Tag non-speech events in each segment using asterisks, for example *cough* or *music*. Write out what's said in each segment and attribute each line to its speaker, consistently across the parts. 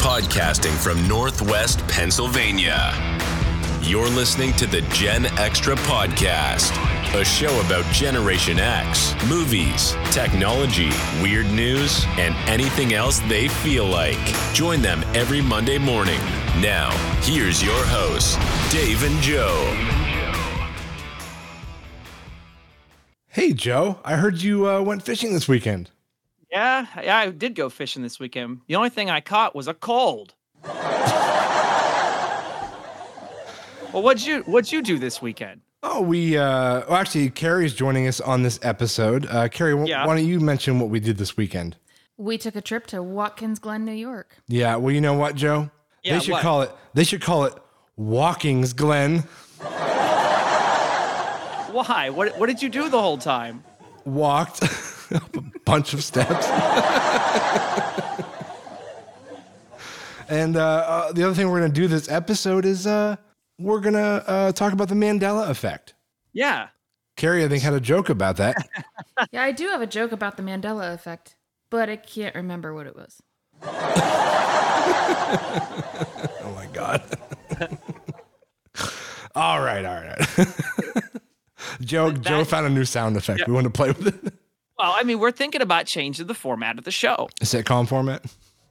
Speaker 1: Broadcasting from Northwest Pennsylvania. You're listening to the Gen Extra Podcast, a show about Generation X, movies, technology, weird news, and anything else they feel like. Join them every Monday morning. Now, here's your hosts, Dave and Joe.
Speaker 2: Hey, Joe, I heard you uh, went fishing this weekend.
Speaker 3: Yeah, yeah, I did go fishing this weekend. The only thing I caught was a cold. well, what'd you what'd you do this weekend?
Speaker 2: Oh, we, uh, well, actually, Carrie's joining us on this episode. Uh, Carrie, wh-
Speaker 3: Yeah.
Speaker 2: why don't you mention what we did this weekend?
Speaker 4: We took a trip to Watkins Glen, New York.
Speaker 2: Yeah, well, you know what, Joe?
Speaker 3: Yeah,
Speaker 2: they should
Speaker 3: what?
Speaker 2: call it, they should call it Walkings Glen.
Speaker 3: Why? What what did you do the whole time?
Speaker 2: Walked *laughs* up a bunch of steps. *laughs* and uh, uh, the other thing we're going to do this episode is uh, we're going to uh, talk about the Mandela effect.
Speaker 3: Yeah.
Speaker 2: Carrie, I think, had a joke about that.
Speaker 4: Yeah, I do have a joke about the Mandela effect, but I can't remember what it was.
Speaker 2: Oh my god. *laughs* all right, all right. *laughs* Joe Joe found a new sound effect. We want to play with it.
Speaker 3: Well, I mean, we're thinking about changing the format of the show.
Speaker 2: Sitcom format.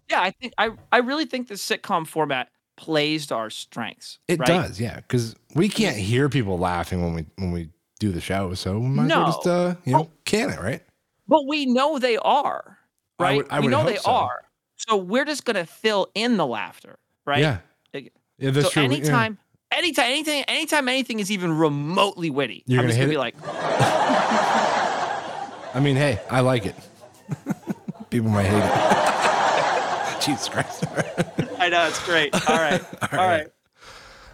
Speaker 3: Yeah, I think I I really think the sitcom format plays to our strengths.
Speaker 2: It
Speaker 3: right?
Speaker 2: does, yeah, because we can't hear people laughing when we when we do the show, so we might as well
Speaker 3: No.
Speaker 2: just uh, you know can it right.
Speaker 3: But we know they are.
Speaker 2: I
Speaker 3: Right?
Speaker 2: would- I
Speaker 3: we
Speaker 2: would
Speaker 3: know
Speaker 2: hope
Speaker 3: they
Speaker 2: so.
Speaker 3: are. So we're just gonna fill in the laughter, right?
Speaker 2: Yeah,
Speaker 3: Like,
Speaker 2: yeah, that's
Speaker 3: so
Speaker 2: true. We- yeah.
Speaker 3: anytime, anytime, anything, anytime, anything is even remotely witty,
Speaker 2: You're
Speaker 3: I'm
Speaker 2: gonna
Speaker 3: just gonna
Speaker 2: hit
Speaker 3: be
Speaker 2: it?
Speaker 3: like,
Speaker 2: I mean, hey, I like it. *laughs* people might hate it. *laughs* Jesus Christ.
Speaker 3: I know it's great. All
Speaker 2: *laughs*
Speaker 3: right, all right.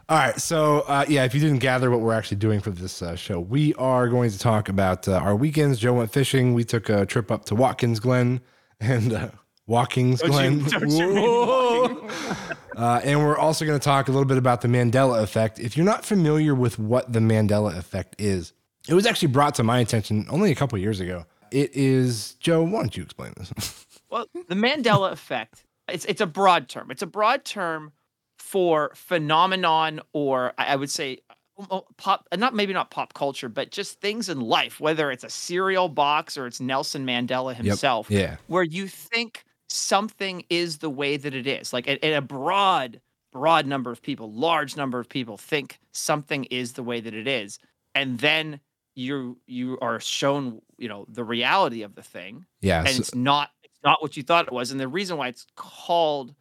Speaker 2: All right. So, uh, yeah, if you didn't gather what we're actually doing for this uh, show, we are going to talk about uh, our weekends. Joe went fishing. We took a trip up to Watkins Glen *laughs* and uh, Watkins Glen. Whoa. *laughs* uh, and we're also going to talk a little bit about the Mandela effect. If you're not familiar with what the Mandela effect is, it was actually brought to my attention only a couple years ago. It is, Joe, why don't you explain this? *laughs*
Speaker 3: Well, the Mandela effect. It's it's a broad term. It's a broad term for phenomenon, or I I would say um, uh, pop, uh, not maybe not pop culture, but just things in life, whether it's a cereal box or it's Nelson Mandela himself,
Speaker 2: Yeah.
Speaker 3: where you think something is the way that it is. Like, and and a broad, broad number of people, large number of people think something is the way that it is, and then you you are shown, you know, the reality of the thing
Speaker 2: Yeah.
Speaker 3: and
Speaker 2: so-
Speaker 3: it's not it's not what you thought it was. And the reason why it's called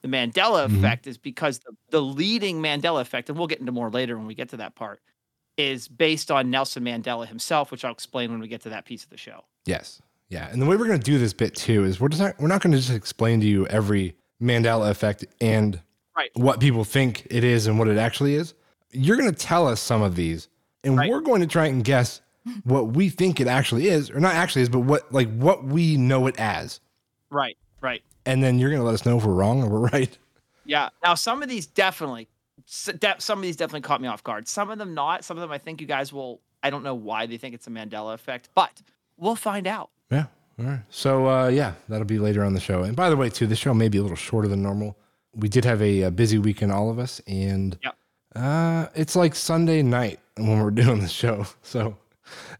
Speaker 3: the Mandela
Speaker 2: Mhm.
Speaker 3: effect is because the, the leading Mandela effect, and we'll get into more later when we get to that part, is based on Nelson Mandela himself, which I'll explain when we get to that piece of the show.
Speaker 2: Yes. Yeah. And the way we're going to do this bit too is we're just not, we're not going to just explain to you every Mandela effect and
Speaker 3: Right.
Speaker 2: what people think it is and what it actually is. You're going to tell us some of these and
Speaker 3: Right.
Speaker 2: we're going to try and guess what we think it actually is or not actually is, but what like what we know it as.
Speaker 3: Right, right.
Speaker 2: And then you're going to let us know if we're wrong or we're *laughs* right.
Speaker 3: Yeah. Now some of these definitely s- de- some of these definitely caught me off guard. Some of them not. Some of them I think you guys will I don't know why they think it's a Mandela effect, but we'll find out.
Speaker 2: Yeah. All right. So uh, yeah, that'll be later on the show. And by the way, too, the show may be a little shorter than normal. We did have a, uh busy weekend, all of us, and
Speaker 3: Yep.
Speaker 2: uh, it's like Sunday night when we're *laughs* doing the show, so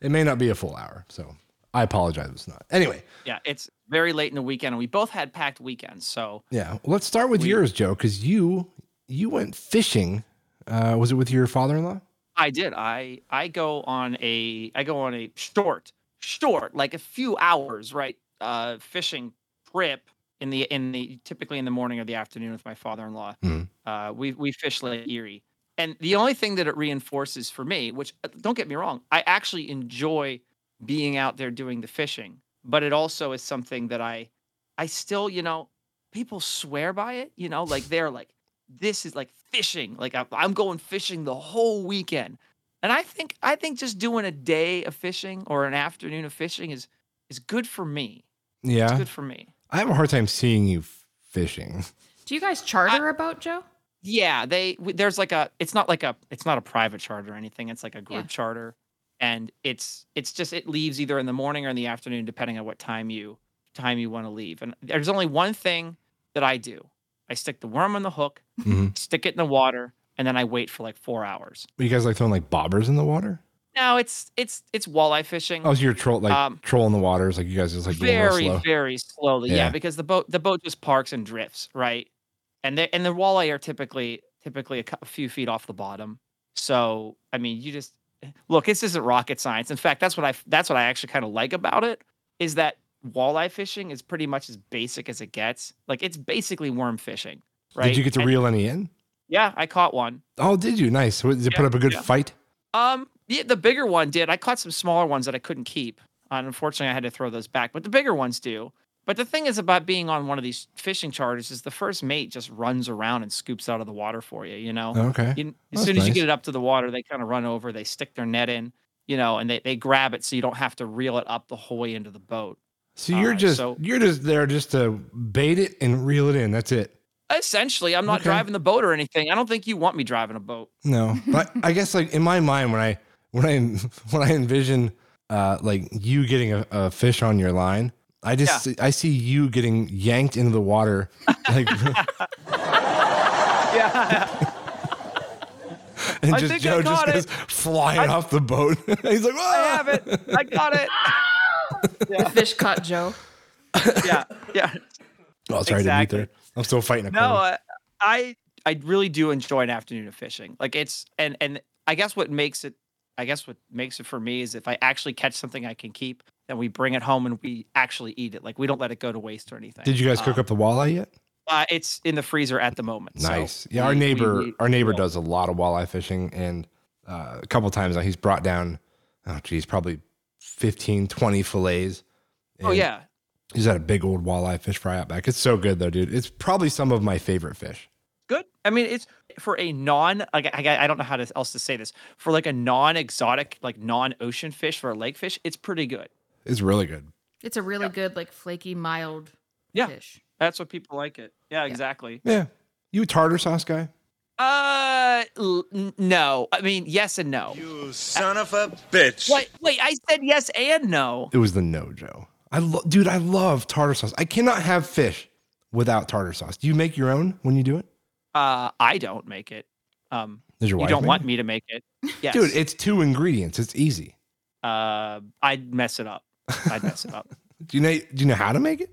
Speaker 2: it may not be a full hour. So I apologize if it's not. Anyway,
Speaker 3: Yeah, it's very late in the weekend and we both had packed weekends. So
Speaker 2: yeah, let's start with yours, Joe, because you you went fishing. Uh, was it with your father-in-law?
Speaker 3: I did. I I go on a I go on a short short like a few hours right uh fishing trip in the in the typically in the morning or the afternoon with my father-in-law.
Speaker 2: Mhm.
Speaker 3: Uh we we fish Lake Erie. And the only thing that it reinforces for me, which uh, don't get me wrong, I actually enjoy being out there doing the fishing, but it also is something that I I still, you know, people swear by it, you know, like they're like this is like fishing like I- i'm going fishing the whole weekend and i think i think just doing a day of fishing or an afternoon of fishing is is good for me it's
Speaker 2: Yeah,
Speaker 3: good for me
Speaker 2: I have a hard time seeing you f- fishing.
Speaker 4: Do you guys charter a
Speaker 3: *laughs*
Speaker 4: boat, Joe?
Speaker 3: yeah they w- there's like a it's not like a it's not a private charter or anything it's like a group
Speaker 4: Yeah.
Speaker 3: charter and it's it's just it leaves either in the morning or in the afternoon depending on what time you time you want to leave and there's only one thing that i do I stick the worm on the hook,
Speaker 2: Mhm.
Speaker 3: stick it in the water, and then I wait for like four hours.
Speaker 2: You guys like throwing like bobbers in the water?
Speaker 3: Now it's it's it's walleye fishing.
Speaker 2: Oh, so you're troll like
Speaker 3: Um,
Speaker 2: trolling the waters, like you guys just like going real
Speaker 3: very
Speaker 2: slow.
Speaker 3: very slowly yeah.
Speaker 2: Yeah.
Speaker 3: because the boat the boat just parks and drifts right and they and the walleye are typically typically a, cou- a few feet off the bottom so i mean you just look this isn't rocket science in fact that's what i f- that's what i actually kind of like about it is that walleye fishing is pretty much as basic as it gets like it's basically worm fishing right
Speaker 2: Did you get to
Speaker 3: And-
Speaker 2: reel any in?
Speaker 3: yeah i caught one
Speaker 2: Oh, did you? Nice. What, did it put
Speaker 3: Yeah,
Speaker 2: up a good
Speaker 3: yeah.
Speaker 2: fight?
Speaker 3: um yeah, the bigger one did i caught some smaller ones that i couldn't keep Uh, and unfortunately i had to throw those back but the bigger ones do But the thing is about being on one of these fishing charters is the first mate just runs around and scoops out of the water for you. You know,
Speaker 2: Okay.
Speaker 3: You- as
Speaker 2: Oh, that's
Speaker 3: soon as you
Speaker 2: nice.
Speaker 3: get it up to the water, they kind of run over, they stick their net in, you know, and they, they grab it so you don't have to reel it up the whole way into the boat.
Speaker 2: So you're
Speaker 3: uh,
Speaker 2: just
Speaker 3: so-
Speaker 2: you're just there just to bait it and reel it in. That's it.
Speaker 3: Essentially, I'm not
Speaker 2: Okay.
Speaker 3: driving the boat or anything. I don't think you want me driving a boat.
Speaker 2: No,
Speaker 3: *laughs*
Speaker 2: but I guess like in my mind when I when I *laughs* when I envision uh like you getting a, a fish on your line, I just
Speaker 3: Yeah.
Speaker 2: see- I see you getting yanked into the
Speaker 3: *laughs*
Speaker 2: water like *laughs*
Speaker 3: Yeah,
Speaker 2: and
Speaker 3: I
Speaker 2: just
Speaker 3: think I
Speaker 2: Joe just
Speaker 3: caught it.
Speaker 2: goes flying off the boat. *laughs* He's like,
Speaker 3: I
Speaker 2: "Whoa!"
Speaker 3: have it. *laughs* I got it.
Speaker 4: The fish caught Joe.
Speaker 3: Yeah, yeah.
Speaker 2: Oh, sorry
Speaker 3: Exactly.
Speaker 2: to meet there. I'm still fighting a
Speaker 3: No,
Speaker 2: cold.
Speaker 3: I, I I really do enjoy an afternoon of fishing. Like it's and and I guess what makes it I guess what makes it for me is if I actually catch something I can keep, then we bring it home and we actually eat it. Like we don't let it go to waste or anything.
Speaker 2: Did you guys cook
Speaker 3: Um,
Speaker 2: up the walleye yet?
Speaker 3: Uh, it's in the freezer at the moment. so
Speaker 2: Nice. yeah, our
Speaker 3: we- we-
Speaker 2: neighbor,
Speaker 3: we-
Speaker 2: our neighbor
Speaker 3: yeah.
Speaker 2: does a lot of walleye fishing, and uh, a couple times he's brought down, oh geez, probably 15, 20 fillets.
Speaker 3: Oh
Speaker 2: and
Speaker 3: yeah.
Speaker 2: he's had a big old walleye fish fry out back. It's so good though, dude. It's probably some of my favorite fish.
Speaker 3: Good. I mean, it's for a non like I, I don't know how to, else to say this. For like a non-exotic, like non-ocean fish for a lake fish, it's pretty good.
Speaker 2: It's really good.
Speaker 4: It's a really good, like flaky, mild
Speaker 3: Yeah.
Speaker 4: fish.
Speaker 3: That's what people like it. Yeah, exactly.
Speaker 2: Yeah, you a tartar sauce guy?
Speaker 3: Uh, l- n- no. I mean, yes and no.
Speaker 5: You son of a bitch.
Speaker 3: Wait, wait. I said yes and no.
Speaker 2: It was the no, Joe. I lo- dude, I love tartar sauce. I cannot have fish without tartar sauce. Do you make your own when you do it?
Speaker 3: Uh, I don't make it. Um,
Speaker 2: Does your
Speaker 3: you
Speaker 2: wife
Speaker 3: don't
Speaker 2: make
Speaker 3: want
Speaker 2: it?
Speaker 3: me to make
Speaker 2: *laughs*
Speaker 3: it. Yes.
Speaker 2: dude? It's two ingredients. It's easy.
Speaker 3: uh, I'd mess it up. I'd mess
Speaker 2: *laughs*
Speaker 3: it up.
Speaker 2: Do you know? Do you know how to make it?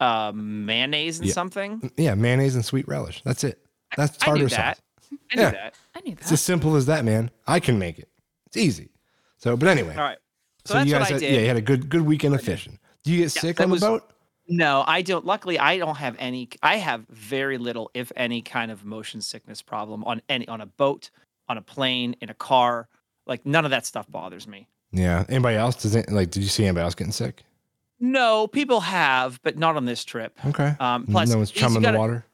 Speaker 3: Uh, mayonnaise and
Speaker 2: Yeah. Mm,
Speaker 3: something.
Speaker 2: Yeah, mayonnaise and sweet relish. That's it. That's
Speaker 3: I knew
Speaker 2: tartar
Speaker 3: that.
Speaker 2: sauce.
Speaker 3: I knew
Speaker 2: Yeah.
Speaker 3: that.
Speaker 4: I knew that.
Speaker 2: It's as simple as that, man. I can make it. It's easy. So, but anyway,
Speaker 3: All right. So,
Speaker 2: you
Speaker 3: that's what I
Speaker 2: had,
Speaker 3: did.
Speaker 2: yeah, you had a good good weekend of fishing. Do you get sick
Speaker 3: that
Speaker 2: on the
Speaker 3: was-
Speaker 2: boat?
Speaker 3: No, I don't. Luckily, I don't have any. I have very little, if any, kind of motion sickness problem on any on a boat, on a plane, in a car. Like none of that stuff bothers me.
Speaker 2: Yeah. Anybody else doesn't like? Did you see anybody else getting sick?
Speaker 3: No, people have, but not on this trip.
Speaker 2: Okay.
Speaker 3: Um,
Speaker 2: No-
Speaker 3: plus,
Speaker 2: Mm, no one's
Speaker 3: these
Speaker 2: chumming
Speaker 3: you
Speaker 2: the
Speaker 3: gotta-
Speaker 2: water.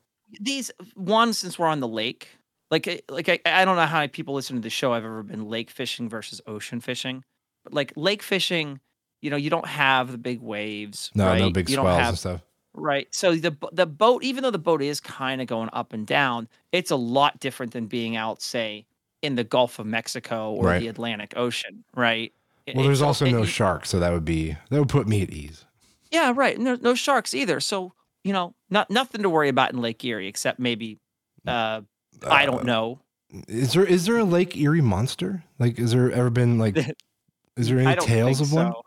Speaker 3: These one, since we're on the lake, like I- like I, I don't know how many people listen to the show. I've ever been lake fishing versus ocean fishing, but like lake fishing, you know, you don't have the big waves.
Speaker 2: No, no
Speaker 3: right?
Speaker 2: big
Speaker 3: you
Speaker 2: swells
Speaker 3: Don't have,
Speaker 2: and stuff.
Speaker 3: Right. So the bo- the boat, even though the boat is kind of going up and down, it's a lot different than being out, say, in the Gulf of Mexico or
Speaker 2: Right.
Speaker 3: the Atlantic Ocean. Right. It-
Speaker 2: Well, there's
Speaker 3: it's a-
Speaker 2: also
Speaker 3: it-
Speaker 2: no
Speaker 3: you-
Speaker 2: shark, so that would be that would put me at ease.
Speaker 3: Yeah, right. No, no sharks either. So you know, not nothing to worry about in Lake Erie except maybe uh, I
Speaker 2: Mm, Uh,
Speaker 3: don't know.
Speaker 2: Is there is there a Lake Erie monster? Like, is there ever been
Speaker 3: *laughs*
Speaker 2: like? Is there
Speaker 3: I
Speaker 2: any
Speaker 3: don't
Speaker 2: tales
Speaker 3: think
Speaker 2: of one?
Speaker 3: so.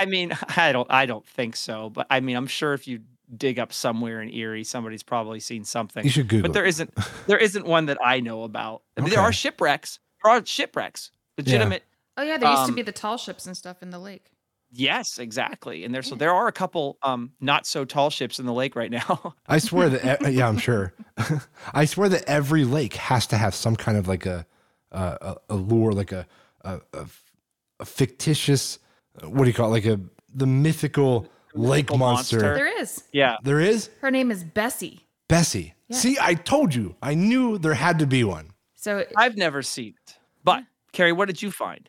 Speaker 3: I mean, *laughs* I don't. I don't think so. But I mean, I'm sure if you dig up somewhere in Erie, somebody's probably seen something.
Speaker 2: You should Google.
Speaker 3: but there isn't.
Speaker 2: *laughs*
Speaker 3: There isn't one that I know about. I mean, There
Speaker 2: Okay.
Speaker 3: are shipwrecks. There are shipwrecks. Legitimate.
Speaker 4: Oh yeah, there used to
Speaker 3: Um,
Speaker 4: be the tall ships and stuff in the lake.
Speaker 3: Yes, exactly. And there, so there are a couple um, not so tall ships in the lake right now. *laughs*
Speaker 2: I swear that e- yeah, I'm sure. *laughs* I swear that every lake has to have some kind of like a a, a lure, like a a, a f- a fictitious uh, what do you call it? like a the mythical lake
Speaker 3: mythical
Speaker 2: monster.
Speaker 3: monster.
Speaker 4: There is.
Speaker 3: yeah.
Speaker 2: There is
Speaker 4: Her name is Bessie.
Speaker 2: Bessie.
Speaker 4: Yeah.
Speaker 2: See, I told you. I knew there had to be one.
Speaker 4: So
Speaker 3: I've never seen it. But Carrie, what did you find?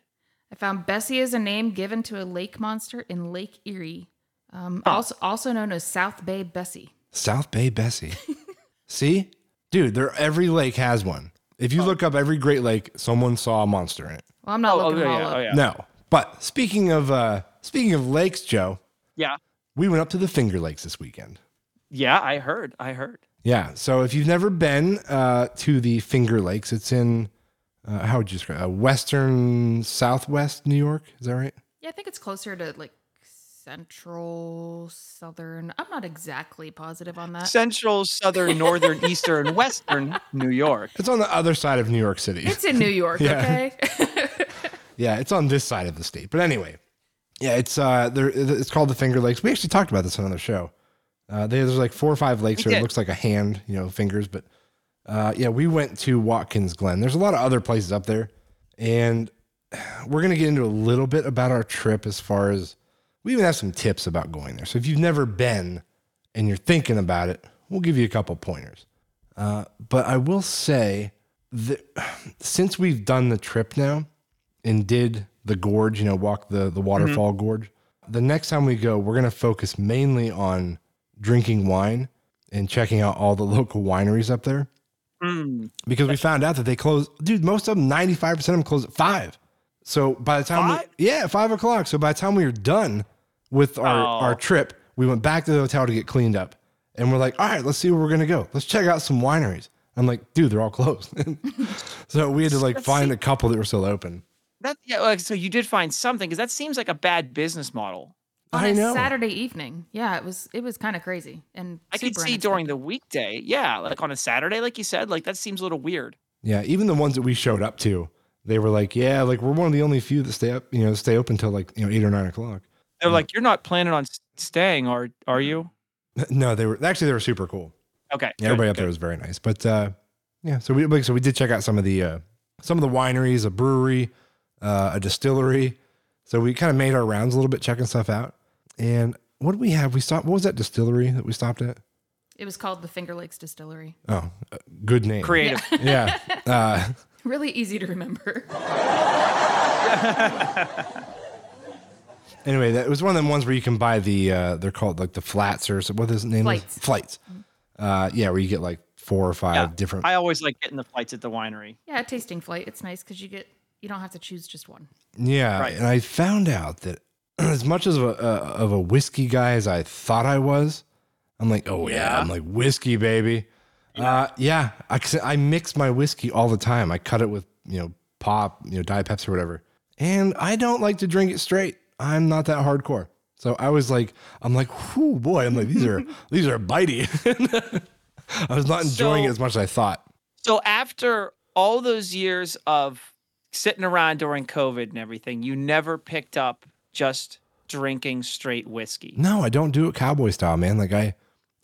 Speaker 4: I found Bessie is a name given to a lake monster in Lake Erie, um, also also known as South Bay Bessie.
Speaker 2: South Bay Bessie. See, dude, there every lake has one. If you look up every Great Lake, someone saw a monster in it.
Speaker 4: Well, I'm not
Speaker 3: oh,
Speaker 4: looking
Speaker 3: yeah,
Speaker 4: all
Speaker 3: yeah,
Speaker 4: up.
Speaker 3: oh, yeah.
Speaker 2: No, but speaking of uh speaking of lakes, Joe,
Speaker 3: Yeah.
Speaker 2: we went up to the Finger Lakes this weekend.
Speaker 3: Yeah, I heard. I heard.
Speaker 2: Yeah. So if you've never been uh, to the Finger Lakes, it's in uh, how would you describe it? Uh, Western Southwest New York. Is that right?
Speaker 4: Yeah, I think it's closer to like central, southern. I'm not exactly positive on that.
Speaker 3: Uh, Central, southern, northern, eastern, western New York.
Speaker 2: It's on the other side of New York City.
Speaker 4: It's in New York,
Speaker 2: Yeah.
Speaker 4: okay?
Speaker 2: yeah, it's on this side of the state. But anyway, yeah, it's uh, there. It's called the Finger Lakes. We actually talked about this on another show. Uh, there's like four or five lakes
Speaker 3: We
Speaker 2: where it
Speaker 3: did.
Speaker 2: looks like a hand, you know, fingers. But uh, yeah, we went to Watkins Glen. There's a lot of other places up there, and we're gonna get into a little bit about our trip as far as we even have some tips about going there. So if you've never been and you're thinking about it, we'll give you a couple pointers. Uh, but I will say that *sighs* since we've done the trip now, and did the gorge, you know, walk the the waterfall gorge. The next time we go, we're going to focus mainly on drinking wine and checking out all the *laughs* local wineries up there
Speaker 3: Mm,
Speaker 2: because we found out that they close. Dude, most of them, ninety five percent of them close at five. So by the time,
Speaker 3: Five?
Speaker 2: We, yeah, five o'clock. So by the time we were done with our
Speaker 3: Oh.
Speaker 2: our trip, we went back to the hotel to get cleaned up, and we're like, all right, let's see where we're gonna go. Let's check out some wineries. I'm like, dude, they're all closed. *laughs* so we had to like
Speaker 3: Let's
Speaker 2: find
Speaker 3: see.
Speaker 2: a couple that were still open.
Speaker 3: that yeah. like, So you did find something because that seems like a bad business model.
Speaker 4: on
Speaker 2: I
Speaker 4: a
Speaker 2: know.
Speaker 4: Saturday evening. Yeah, it was it was kind of crazy and
Speaker 3: I could
Speaker 4: super
Speaker 3: see during the weekday. Yeah, like on a Saturday, like you said, like that seems a little weird.
Speaker 2: Yeah, even the ones that we showed up to, they were like, "Yeah, like we're one of the only few that stay up, you know, stay open till like you know eight or nine o'clock." *laughs*
Speaker 3: They're
Speaker 2: Mm.
Speaker 3: like, you're not planning on s- staying, are are you?
Speaker 2: No, they were actually they were super cool.
Speaker 3: Okay.
Speaker 2: Yeah,
Speaker 3: good,
Speaker 2: everybody up
Speaker 3: good.
Speaker 2: there was very nice, but uh, yeah, so we like so we did check out some of the uh, some of the wineries, a brewery, uh, a distillery. So we kind of made our rounds a little bit, checking stuff out. And what did we have? We stopped. What was that distillery that we stopped at?
Speaker 4: It was called the Finger Lakes Distillery.
Speaker 2: Oh, uh, good name.
Speaker 3: Creative.
Speaker 2: Yeah. Uh,
Speaker 4: *laughs* Really easy to remember. *laughs*
Speaker 2: Anyway, that it was one of them ones where you can buy the uh, they're called like the flats or so- what is the name?
Speaker 4: Flights.
Speaker 2: Flights. Uh, yeah, where you get like four or five
Speaker 3: Yeah,
Speaker 2: different.
Speaker 3: I always like getting the flights at the winery.
Speaker 4: Yeah, a tasting flight. It's nice because you get you don't have to choose just one.
Speaker 2: yeah,
Speaker 3: Right.
Speaker 2: and I found out that *clears throat* as much as a, a of a whiskey guy as I thought I was, I'm like, oh yeah,
Speaker 3: Yeah.
Speaker 2: I'm like whiskey baby. Uh, yeah, I, 'cause I mix my whiskey all the time. I cut it with you know pop, you know diet Pepsi or whatever, and I don't like to drink it straight. I'm not that hardcore. So I was like, I'm like, whoo boy, I'm like these are *laughs* these are bitey. *laughs* I was not enjoying it
Speaker 3: So-
Speaker 2: as much as I thought.
Speaker 3: So after all those years of sitting around during COVID and everything, you never picked up just drinking straight whiskey.
Speaker 2: No, I don't do it cowboy style, man. Like I,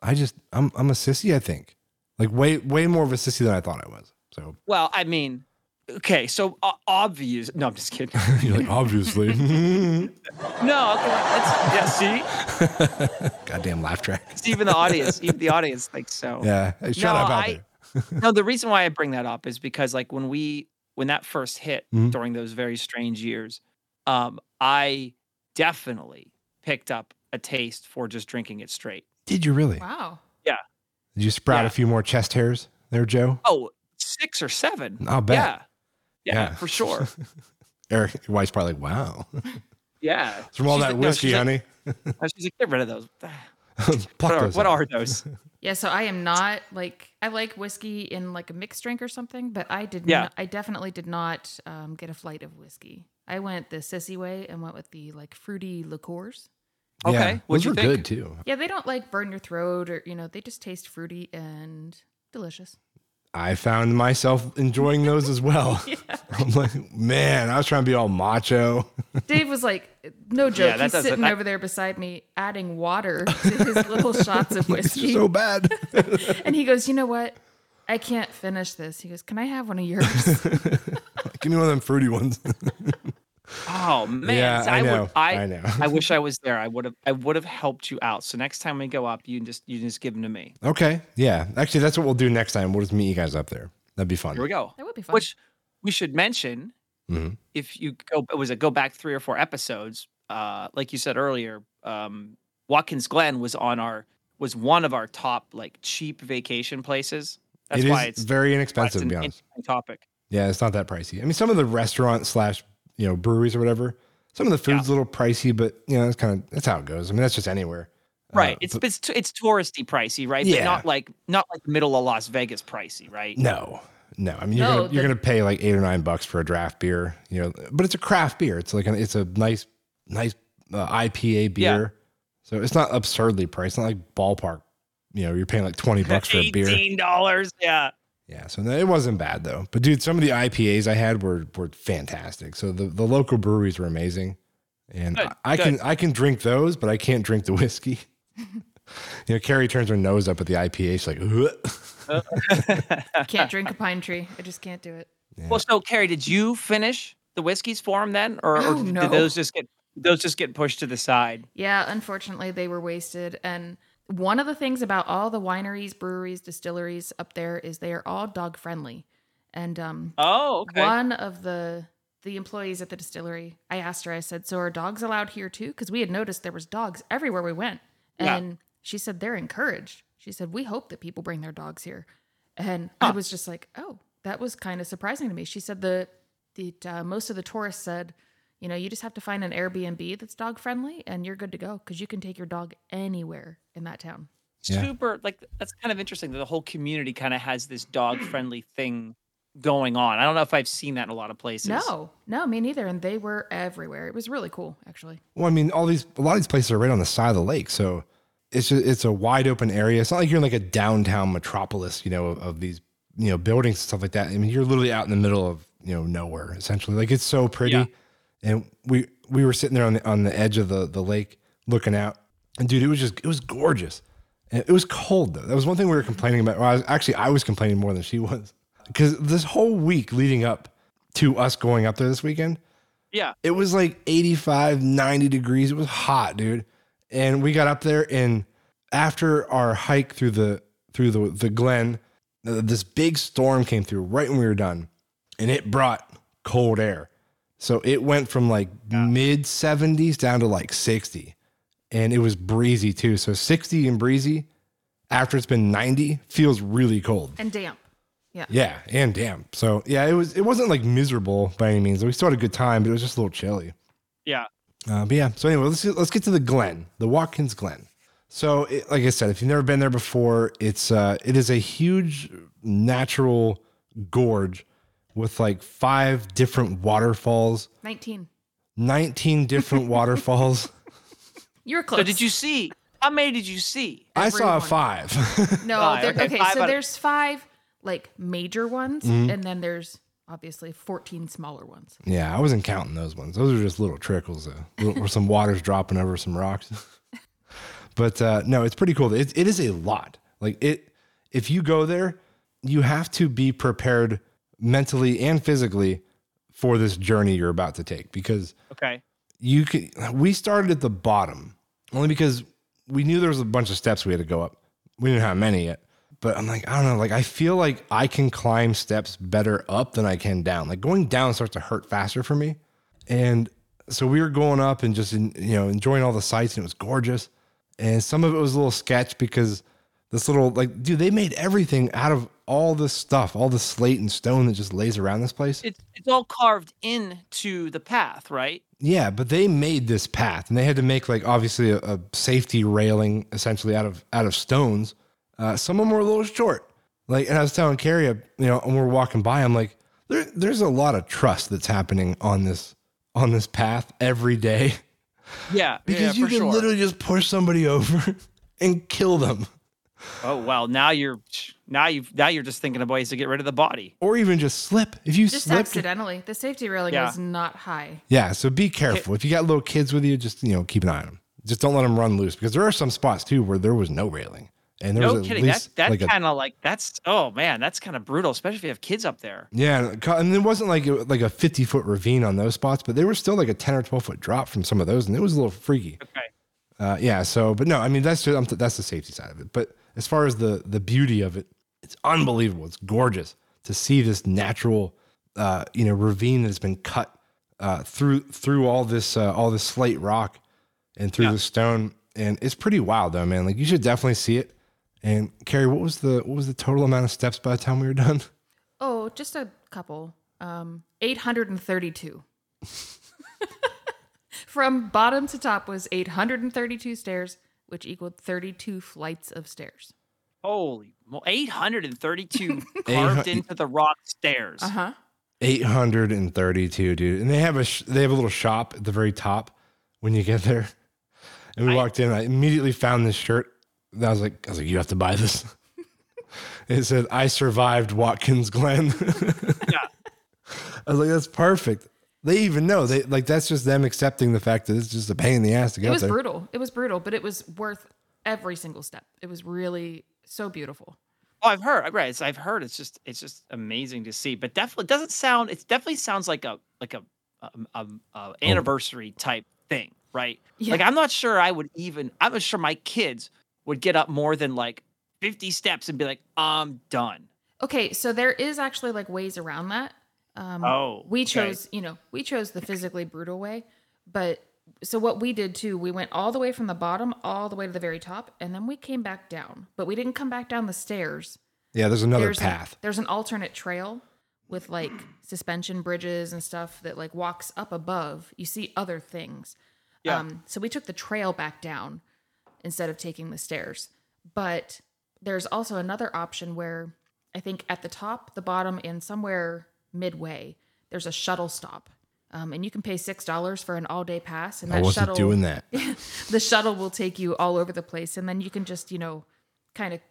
Speaker 2: I just I'm I'm a sissy. I think like way way more of a sissy than I thought I was. So *laughs*
Speaker 3: Well, I mean, okay, so uh, obvious. No, I'm just kidding.
Speaker 2: you're like obviously,
Speaker 3: No, okay, that's, yeah.
Speaker 2: *laughs* goddamn laugh track.
Speaker 3: See, even the audience, even the audience thinks so.
Speaker 2: Yeah, Hey, shut
Speaker 3: No,
Speaker 2: up out
Speaker 3: I-
Speaker 2: there.
Speaker 3: no, the reason why I bring that up is because like when we when that first hit
Speaker 2: Mhm.
Speaker 3: during those very strange years, um, I definitely picked up a taste for just drinking it straight.
Speaker 2: Did you really?
Speaker 4: Wow.
Speaker 2: Did you sprout
Speaker 3: Yeah.
Speaker 2: a few more chest hairs there, Joe?
Speaker 3: Oh, six or seven.
Speaker 2: I'll bet.
Speaker 3: Yeah. Yeah,
Speaker 2: Yeah.
Speaker 3: for sure.
Speaker 2: Eric, your wife's probably like, wow. *laughs* It's
Speaker 3: Yeah.
Speaker 2: *laughs* from all
Speaker 3: She's
Speaker 2: that
Speaker 3: like- no,
Speaker 2: whiskey,
Speaker 3: she's like-
Speaker 2: honey. *laughs*
Speaker 3: no, she's like, get rid of those. *sighs* What
Speaker 2: Pluck
Speaker 3: are,
Speaker 2: those
Speaker 3: what
Speaker 2: out.
Speaker 3: are those?
Speaker 2: *laughs*
Speaker 4: Yeah, so I am not like I like whiskey in like a mixed drink or something, but I did
Speaker 3: Yeah.
Speaker 4: not I definitely did not um, get a flight of whiskey. I went the sissy way and went with the like fruity liqueurs.
Speaker 3: Okay,
Speaker 2: Yeah,
Speaker 3: what'd
Speaker 2: Those
Speaker 3: you
Speaker 2: were
Speaker 3: think?
Speaker 2: good too.
Speaker 4: Yeah, they don't like burn your throat or you know, they just taste fruity and
Speaker 3: *laughs*
Speaker 4: delicious.
Speaker 2: I found myself enjoying those as
Speaker 3: *laughs*
Speaker 2: well. *laughs* I'm like, man, I was trying to be all macho. *laughs*
Speaker 4: Dave was like, no
Speaker 3: Yeah,
Speaker 4: joke,
Speaker 3: that
Speaker 4: he's
Speaker 3: does-
Speaker 4: sitting
Speaker 3: that-
Speaker 4: over there beside me adding
Speaker 3: *laughs*
Speaker 4: water to his little shots of
Speaker 2: It's
Speaker 4: whiskey.
Speaker 2: so bad. *laughs*
Speaker 4: and he goes, you know what? I can't finish this. He goes, can I have one
Speaker 3: *laughs*
Speaker 4: of yours?
Speaker 2: Give me one of them fruity ones. *laughs*
Speaker 3: Oh man,
Speaker 2: Yeah,
Speaker 3: See,
Speaker 2: I know,
Speaker 3: Would, I,
Speaker 2: I know.
Speaker 3: *laughs* I wish I was
Speaker 2: *laughs*
Speaker 3: there. I would have. I would have helped you out. So next time we go up, you can just you can just give them to me.
Speaker 2: okay. Yeah. Actually, that's what we'll do next time. We'll just meet you guys up there. That'd be fun.
Speaker 3: Here we go.
Speaker 4: that would be fun.
Speaker 3: Which we should mention
Speaker 2: Mhm.
Speaker 3: if you go it was a go back three or four episodes, uh, like you said earlier, um, Watkins Glen was on our was one of our top like cheap vacation places. That's
Speaker 2: It is
Speaker 3: why it's
Speaker 2: very
Speaker 3: why it's
Speaker 2: inexpensive, to
Speaker 3: an
Speaker 2: be honest.
Speaker 3: interesting topic.
Speaker 2: Yeah, it's not that pricey. I mean, some of the restaurants slash you know breweries or whatever, some of the food's a little pricey, Uh, but you know that's kind of that's how it goes. I mean, that's just anywhere.
Speaker 3: Right. it's it's t- it's touristy pricey, right?
Speaker 2: Yeah.
Speaker 3: But not like not like middle of Las Vegas pricey, right?
Speaker 2: No, no. I mean, you're
Speaker 4: No,
Speaker 2: gonna, you're
Speaker 4: the-
Speaker 2: gonna pay like eight or nine bucks for a draft beer, you know. But it's a craft beer. It's like an, it's a nice, nice uh, IPA
Speaker 3: Yeah.
Speaker 2: beer. So it's not absurdly priced. It's not like ballpark. You know, you're paying like twenty bucks for a beer.
Speaker 3: Eighteen dollars. Yeah.
Speaker 2: Yeah. So no, it wasn't bad though. But dude, some of the IPAs I had were were fantastic. So the the local breweries were amazing, and
Speaker 3: Good,
Speaker 2: I, I can I can drink those, but I can't drink the whiskey. *laughs* you know, Carrie turns her nose up at the IPA. She's like, "Ugh."
Speaker 4: Can't drink a pine tree. I just can't do it.
Speaker 3: Well, so Carrie, did you finish the whiskeys for him then, or, or
Speaker 4: Oh,
Speaker 3: did
Speaker 4: no.
Speaker 3: those just get those just get pushed to the side?
Speaker 4: Yeah, unfortunately, they were wasted. And one of the things about all the wineries, breweries, distilleries up there is they are all dog friendly. And um,
Speaker 3: Oh, okay.
Speaker 4: one of the the employees at the distillery, I asked her. I said, "So are dogs allowed here too?" Because we had noticed there was dogs everywhere we went.
Speaker 3: Yeah.
Speaker 4: And she said they're encouraged. She said we hope that people bring their dogs here. And I was just like, "Oh, that was kind of surprising to me." She said the the uh, most of the tourists said, "You know, you just have to find an Airbnb that's dog friendly, and you're good to go because you can take your dog anywhere in that town."
Speaker 2: Yeah.
Speaker 3: Super. Like that's kind of interesting that the whole community kind of has this dog friendly thing going on. I don't know if I've seen that in a lot of places.
Speaker 4: No, no, me neither. And they were everywhere. It was really cool, actually.
Speaker 2: Well, I mean, all these a lot of these places are right on the side of the lake, so it's just, it's a wide open area. It's not like you're in like a downtown metropolis, you know, of, of these you know buildings and stuff like that. I mean, you're literally out in the middle of you know nowhere essentially. Like it's so pretty,
Speaker 3: Yeah.
Speaker 2: and we we were sitting there on the on the edge of the the lake looking out, and dude, it was just it was gorgeous. And it was cold though. That was one thing we were complaining about. Well, I was, actually, I was complaining more than she was because this whole week leading up to us going up there this weekend,
Speaker 3: Yeah.
Speaker 2: it was like 85 90 degrees it was hot dude and we got up there and after our hike through the through the the glen th- this big storm came through right when we were done and it brought cold air so it went from like mid 70s down to like 60 and it was breezy too so 60 and breezy after it's been 90 feels really cold
Speaker 4: And damp.
Speaker 2: yeah and damn so yeah it was it wasn't like miserable by any means we still had a good time but it was just a little chilly
Speaker 3: Yeah.
Speaker 2: uh, but yeah, so anyway, let's get, let's get to the Glen, the Watkins Glen. So, it, like I said, if you've never been there before, it's uh, it is a huge natural gorge with like five different waterfalls,
Speaker 4: Nineteen.
Speaker 2: nineteen different waterfalls.
Speaker 4: You were close.
Speaker 3: So did you see? How many did you see?
Speaker 2: I saw
Speaker 4: Everyone.
Speaker 2: five. *laughs*
Speaker 4: No,
Speaker 3: Five,
Speaker 4: there,
Speaker 3: okay,
Speaker 4: okay.
Speaker 3: five out
Speaker 4: so
Speaker 3: of-
Speaker 4: there's five like major ones, and then there's obviously 14 smaller ones.
Speaker 2: yeah, I wasn't counting those ones. Those are just little trickles, uh, little- or some waters dropping over some rocks. *laughs* but uh, no, it's pretty cool. It, it is a lot. Like it, if you go there, you have to be prepared mentally and physically for this journey you're about to take because
Speaker 3: Okay.
Speaker 2: you could. We started at the bottom only because we knew there was a bunch of steps we had to go up. We didn't have many yet. But I'm like, I don't know. Like, I feel like I can climb steps better up than I can down. Like, going down starts to hurt faster for me. And so we were going up and just, in, you know, enjoying all the sights and it was gorgeous. And some of it was a little sketch because this little, like, dude, they made everything out of all this stuff, all the slate and stone that just lays around this place.
Speaker 3: It's it's all carved into the path, right?
Speaker 2: Yeah, but they made this path, and they had to make like obviously a, a safety railing essentially out of out of stones. Uh, some of them were a little short. Like, and I was telling Carrie, uh, you know, when we we're walking by, I'm like, there, there's a lot of trust that's happening on this on this path every day
Speaker 3: Yeah. yeah,
Speaker 2: *laughs* because you
Speaker 3: for
Speaker 2: can
Speaker 3: sure.
Speaker 2: literally just push somebody *laughs* over and kill them,
Speaker 3: Oh well, now you're now you now you're just thinking of ways to get rid of the body.
Speaker 2: or even just slip. If you
Speaker 4: Just
Speaker 2: slip,
Speaker 4: accidentally. The safety railing
Speaker 3: Yeah.
Speaker 4: was not high.
Speaker 2: yeah. So be careful. If you got little kids with you, just you know, keep an eye on them. Just don't let them run loose because there are some spots too where there was no railing. And there
Speaker 3: No
Speaker 2: was at
Speaker 3: kidding.
Speaker 2: least
Speaker 3: that
Speaker 2: like
Speaker 3: that
Speaker 2: a
Speaker 3: kind of like that's oh man, that's kind of brutal, especially if you have kids up there.
Speaker 2: Yeah, and co- and it wasn't like it, like a fifty foot ravine on those spots, but they were still like a ten or twelve foot drop from some of those, and it was a little freaky.
Speaker 3: Okay.
Speaker 2: Uh, yeah, so but no, I mean that's just, I'm t- that's the safety side of it. But as far as the the beauty of it, it's unbelievable. It's gorgeous to see this natural, uh, you know, ravine that's been cut uh, through through all this uh, all this slate rock and through the stone, and it's pretty wild though, man. Like you should definitely see it. And Carrie, what was the what was the total amount of steps by the time we were done? *laughs*
Speaker 4: Oh, just a couple. Um, 832. *laughs* From bottom to top was 832 stairs, which equaled 32 flights of stairs.
Speaker 3: Holy, well,
Speaker 2: *laughs*
Speaker 3: 832 carved into the rock stairs.
Speaker 2: Uh-huh.
Speaker 4: Uh huh.
Speaker 2: 832, dude. And they have a sh- they have a little shop at the very top when you get there. And we
Speaker 3: I-
Speaker 2: walked in. I immediately found this shirt. And I was like, I was like, you have to buy this. *laughs* it said, "I survived Watkins Glen." *laughs*
Speaker 3: Yeah.
Speaker 2: I was like, that's perfect. They even know they like that's just them accepting the fact that it's just a pain in the ass to
Speaker 4: It
Speaker 2: get up
Speaker 4: was
Speaker 2: there.
Speaker 4: brutal. It was brutal, but it was worth every single step. It was really so beautiful.
Speaker 3: Oh, I've heard. Right, it's, I've heard. It's just it's just amazing to see. But definitely doesn't sound. It definitely sounds like a like a, um um uh
Speaker 2: Oh.
Speaker 3: anniversary type thing, right? Like
Speaker 4: Yeah.
Speaker 3: I'm not sure I would even. I'm not sure my kids would get up more than like 50 steps and be like, I'm done.
Speaker 4: Okay, so there is actually like ways around that. Um,
Speaker 3: Oh,
Speaker 4: we
Speaker 3: okay.
Speaker 4: chose, you know, we chose the physically brutal way, but so what we did too, we went all the way from the bottom all the way to the very top, and then we came back down, but we didn't come back down the stairs.
Speaker 2: Yeah, there's another
Speaker 4: there's
Speaker 2: path.
Speaker 4: An, there's an alternate trail with like suspension bridges and stuff that like walks up above. You see other things.
Speaker 3: Yeah.
Speaker 4: Um, so we took the trail back down instead of taking the stairs. But there's also another option where I think at the top, the bottom, and somewhere midway, there's a shuttle stop. Um, and you can pay six dollars for an all-day pass, and
Speaker 2: I
Speaker 4: that
Speaker 2: wasn't
Speaker 4: shuttle
Speaker 2: doing
Speaker 4: *laughs*
Speaker 2: that.
Speaker 4: the shuttle will take you all over the place and then you can just you know kind of